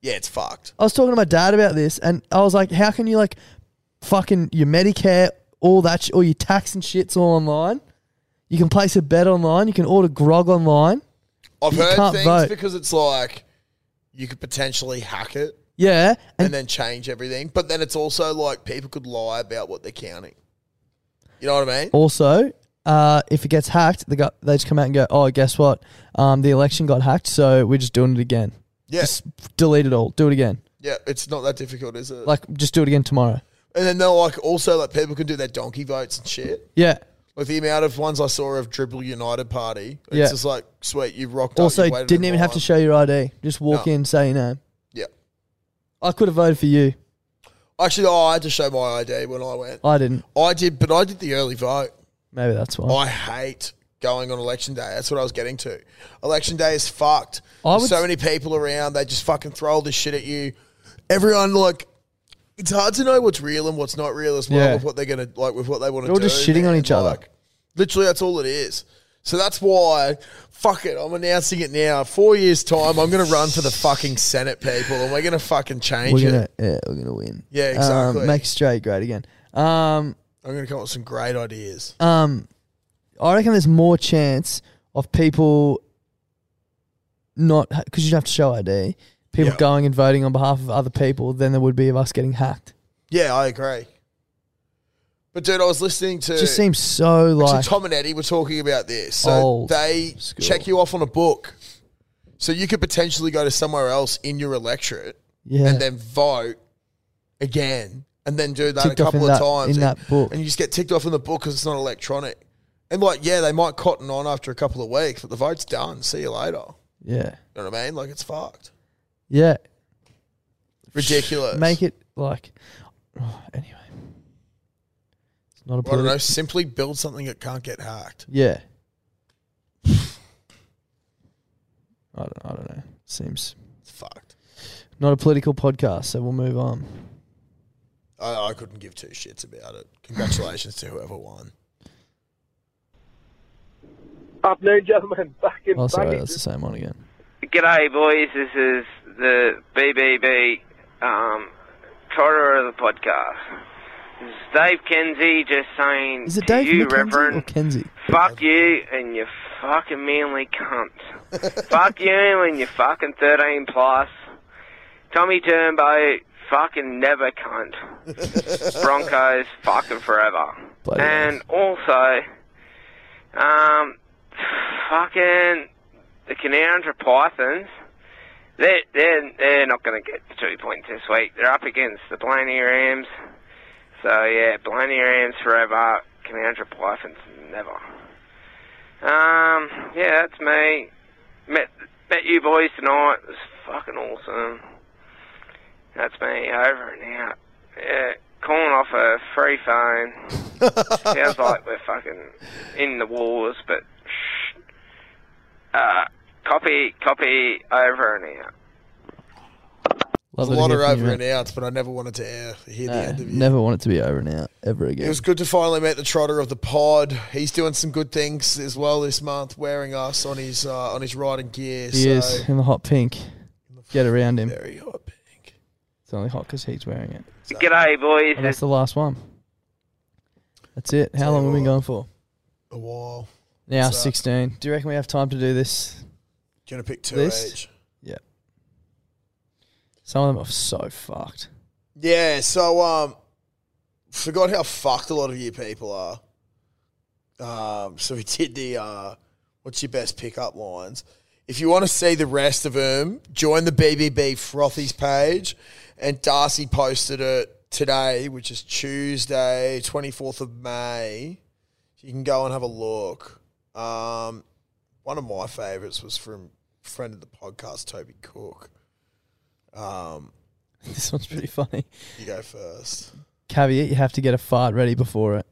Yeah, it's fucked. I was talking to my dad about this, and I was like, "How can you like fucking your Medicare, all that, sh- all your tax and shits all online? You can place a bet online, you can order grog online. I've but you heard can't things vote. because it's like you could potentially hack it yeah, and, then change everything, but then it's also like people could lie about what they're counting. You know what I mean? Also, uh, if it gets hacked, they got they just come out and go, "Oh, guess what? Um, the election got hacked, so we're just doing it again. Yeah. Just delete it all, do it again. Yeah, it's not that difficult, is it? Like, just do it again tomorrow. and then they're like also like people can do their donkey votes and shit. Yeah. Like the amount of ones I saw of Dribble United Party, it's Yeah. just like sweet, you rocked. Also, up, you waited didn't in even have line. to show your ID. Just walk No. in, say your name. Yeah, I could have voted for you. actually, oh, I had to show my ID when I went. I didn't. I did, but I did the early vote. Maybe that's why. I hate going on election day. That's what I was getting to. Election day is fucked. I There's would so s- many people around. They just fucking throw all this shit at you. Everyone like, it's hard to know what's real and what's not real as well Yeah. with what they're gonna like with what they want They're to all do. just shitting on each other. Literally, that's all it is. So that's why, fuck it. I'm announcing it now. Four years time, I'm gonna run for the fucking Senate, people, and we're gonna fucking change We're it. gonna, yeah, we're gonna win. Yeah, exactly. Um, make straight great again. Um, I'm going to come up with some great ideas. Um, I reckon there's more chance of people not because you have to show ID, people Yeah. going and voting on behalf of other people than there would be of us getting hacked. Yeah, I agree. But dude, I was listening to It just seems so Actually, like Oh, Tom and Eddie were talking about this. So Old they check you off on a book. So you could potentially go to somewhere else in your electorate Yeah. and then vote again and then do that Ticked a off couple in of that- times. in and, that book. And you just get ticked off in the book because it's not electronic. And like, yeah, they might cotton on after a couple of weeks, but the vote's done. See you later. yeah, You know what I mean? Like, it's fucked. yeah. Ridiculous. Make it like [sighs] oh, anyway. It's not a I don't know. problem. Simply build something that can't get hacked. Yeah. I don't, I don't know. Seems fucked. Not a political podcast, so we'll move on. I, I couldn't give two shits about it. Congratulations to whoever won. Afternoon, gentlemen. Back in Oh, sorry, back in- that's the same one again. G'day, boys. This is the BBB um, Torah of the podcast. This is Dave Kenzie just saying Is it to Dave you, McKenzie Reverend, or Kenzie? fuck you and you fucking manly cunt. fuck you and you fucking 13 plus. Tommy Turnbow, fucking never cunt. Broncos, fucking forever. Bloody and also, um, fucking the Canoundra Pythons, they're, they're, they're not going to get the two points this week. They're up against the Blaney Rams. So, yeah, Blaney Rams forever, Canoundra Pythons never. Um, yeah, that's me. Met, met you boys tonight. It was fucking awesome. That's me, over and out. Yeah, calling off a free phone. Sounds like we're fucking in the wars, but uh, copy, copy, over and out. There's Lovely a lot to of hear from you, over mate. and outs, but I never wanted to air, hear the No, end of it. never want it to be over now, ever again. It was good to finally meet the trotter of the pod. He's doing some good things as well this month, wearing us on his uh, on his riding gear. He so is in the hot pink. Get around him. Very hot pink. It's only hot because he's wearing it. G'day, boys. And that's the last one. That's it. How long have we been going for? a while. Now So, 16. Do you reckon we have time to do this? Do you want to pick two list? each? Yeah. Some of them are so fucked. [laughs] Yeah. So um, forgot how fucked a lot of you people are. Um, so we did the uh, what's your best pickup lines? If you want to see the rest of them, join the BBB Frothies page, and Darcy posted it today, which is Tuesday, twenty fourth of May. You can go and have a look. Um, one of my favorites was from friend of the podcast, Toby Cook. Um, This one's pretty funny. you go first. caveat you have to get a fart ready before it.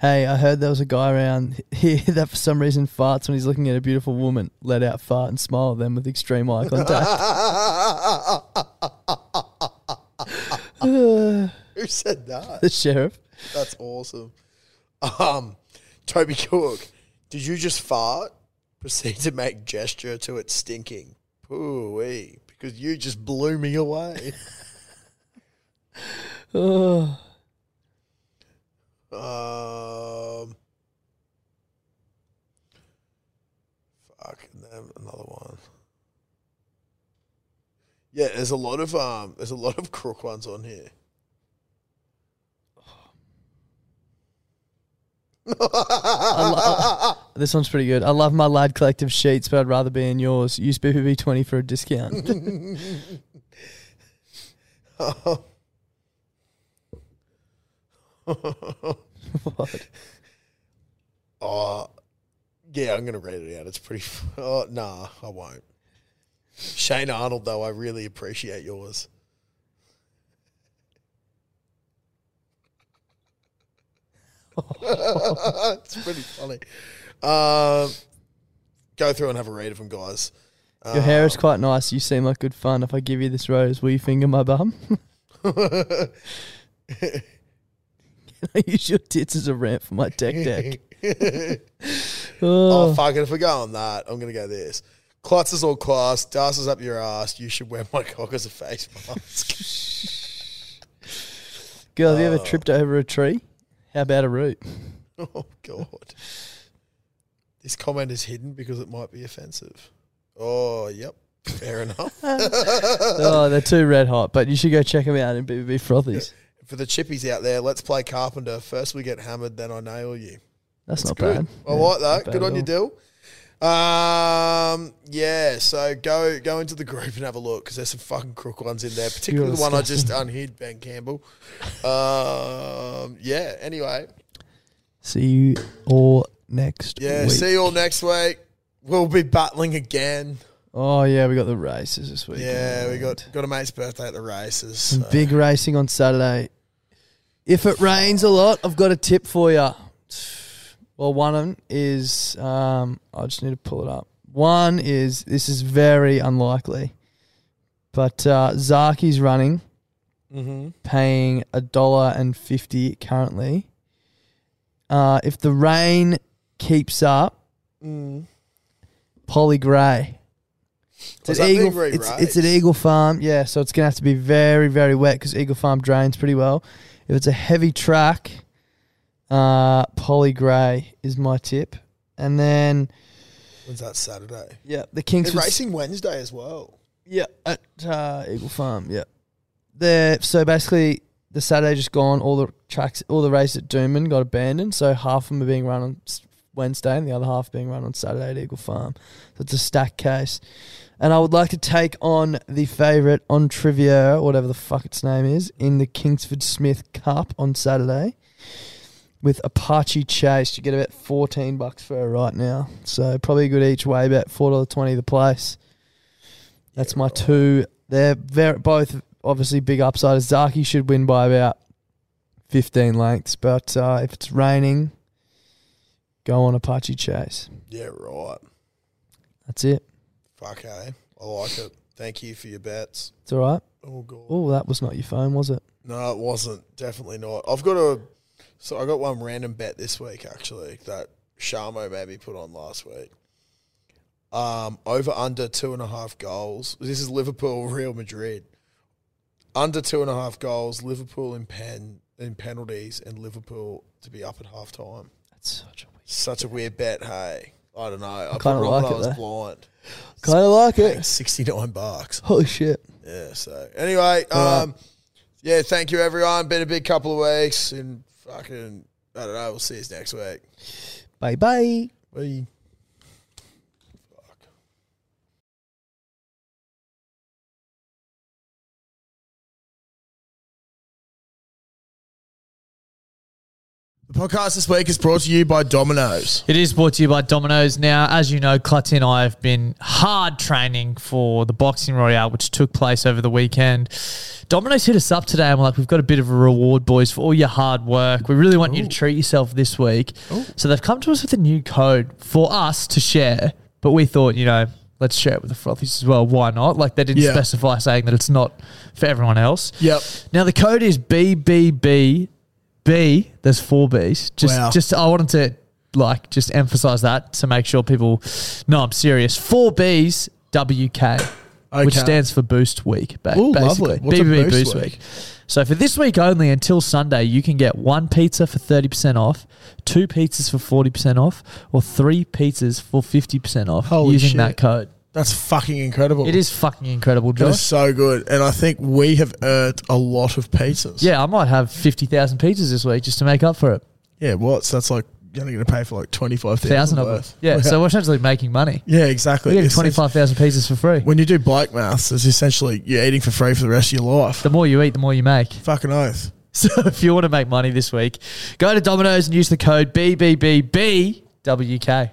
Hey, I heard there was a guy around [laughs] here that for some reason farts when he's looking at a beautiful woman. Let out fart and smile at them with extreme eye contact. Uh, [laughs] Who said that? The sheriff. [laughs] [sighs] That's awesome. Um, Toby Cook, did you just fart? Proceed to make gesture to it stinking. Pooey, because you just blew me away. [laughs] oh, um, fuck, and then another one. Yeah, there's a lot of um, there's a lot of crook ones on here. this one's pretty good. I love my lad collective sheets, but I'd rather be in yours. Use BBB E twenty for a discount. [laughs] what? Oh, yeah, I'm going to read it out. It's pretty. Oh, nah, I won't. Shane Arnold, though, I really appreciate yours. [laughs] it's pretty funny. Um, go through and have a read of them, guys. Your hair Um, is quite nice. You seem like good fun. If I give you this rose, will you finger my bum? [laughs] I use your tits as a ramp for my deck [laughs] deck. oh, fuck it. If we go on that, I'm going to go this. Klutz is all class. Das is up your ass. You should wear my cock as a face mask. uh. Girl, have you ever tripped over a tree? How about a root? [laughs] Oh god. This comment is hidden because it might be offensive. Oh, yep. Fair enough. [laughs] oh, they're too red hot, but you should go check them out in BBB Frothies. For the chippies out there, let's play carpenter. First we get hammered, then I nail you. That's not good. bad. I Yeah, like that. not bad Good at on you, all. Dill. Um, yeah. So go go into the group and have a look because there's some fucking crook ones in there, particularly You're the one I just disgusting. unhid, Ben Campbell. Um, yeah. Anyway, See you all next yeah. week. See you all next week. We'll be battling again. oh, yeah, we got the races this week. Yeah, we got got a mate's birthday at the races. Some so- big racing on Saturday. If it rains a lot, I've got a tip for you. Well, one of them is um, I just need to pull it up. One is this is very unlikely, but uh, Zaki's running, Mhm. paying a dollar and fifty currently. Uh, if the rain keeps up, Mm. Polly Gray. It's, What's at that Eagle, thing where he it's, it's at rides? Eagle Farm, yeah. So it's gonna have to be very, very wet because Eagle Farm drains pretty well. If it's a heavy track, uh, Polly Gray is my tip, and then When's that Saturday? Yeah, the Kingsford- They're racing Wednesday as well. Yeah, at uh, Eagle Farm. Yeah, there. So basically, the Saturday just gone. All the tracks, all the races at Dooman got abandoned. So half of them are being run on s- Wednesday, and the other half being run on Saturday at Eagle Farm. So it's a stack case. And I would like to take on the favourite on trivia, whatever the fuck its name is, in the Kingsford Smith Cup on Saturday with Apache Chase. You get about fourteen bucks for her right now, so probably a good each way bet. Four dollar twenty the place. That's my two. They're very, both obviously big upsiders. Zaki should win by about fifteen lengths, but uh, if it's raining, go on Apache Chase. Yeah, right. That's it. Fuck, hey. I like it. Thank you for your bets. It's all right. Oh, God. Oh, that was not your phone, was it? No, it wasn't. Definitely not. I've got a so I got one random bet this week actually that Sharmo maybe put on last week. Um, over under two and a half goals. This is Liverpool, [laughs] Real Madrid. Under two and a half goals, Liverpool in pen in penalties, and Liverpool to be up at half time. That's such a weird such a weird bet. Hey, I don't know. I, I put kinda it on when like I it, was though. blind. Kind of like [laughs] it. Sixty nine bucks. Holy shit! Yeah. So anyway, All um, yeah, thank you everyone. Been a big couple of weeks, and fucking, I don't know. We'll see you next week. Bye bye. Bye. The podcast this week is brought to you by Domino's. It is brought to you by Domino's. Now, as you know, Clutty and I have been hard training for the Boxing Royale, which took place over the weekend. Domino's hit us up today and we're like, we've got a bit of a reward, boys, for all your hard work. We really want you to treat yourself this week. So they've come to us with a new code for us to share, but we thought, you know, let's share it with the frothies as well. Why not? Like they didn't Yeah. specify saying that it's not for everyone else. Yep. Now the code is BBB. B, there's four B's. Just, Wow. just I wanted to like just emphasize that to make sure people know I'm serious. Four B's WK, which Okay. stands for Boost Week. Ba- Ooh, lovely. basically, What's a BBB Boost Boost Week? Week. So for this week only until Sunday, you can get one pizza for thirty percent off, two pizzas for forty percent off, or three pizzas for fifty percent off Holy using shit. that code. That's fucking incredible. It is fucking incredible, That is Josh. so good, and I think we have earned a lot of pizzas. Yeah, I might have fifty thousand pizzas this week just to make up for it. Yeah, what? So that's like you're only going to pay for like twenty five Thousand thousand of them. Yeah, so we're essentially making money. yeah, exactly. We get It's- twenty five thousand pizzas for free. When you do bloke maths, it's essentially you're eating for free for the rest of your life. The more you eat, the more you make. [laughs] Fucking oath. So if you want to make money this week, go to Domino's and use the code BBBBWK.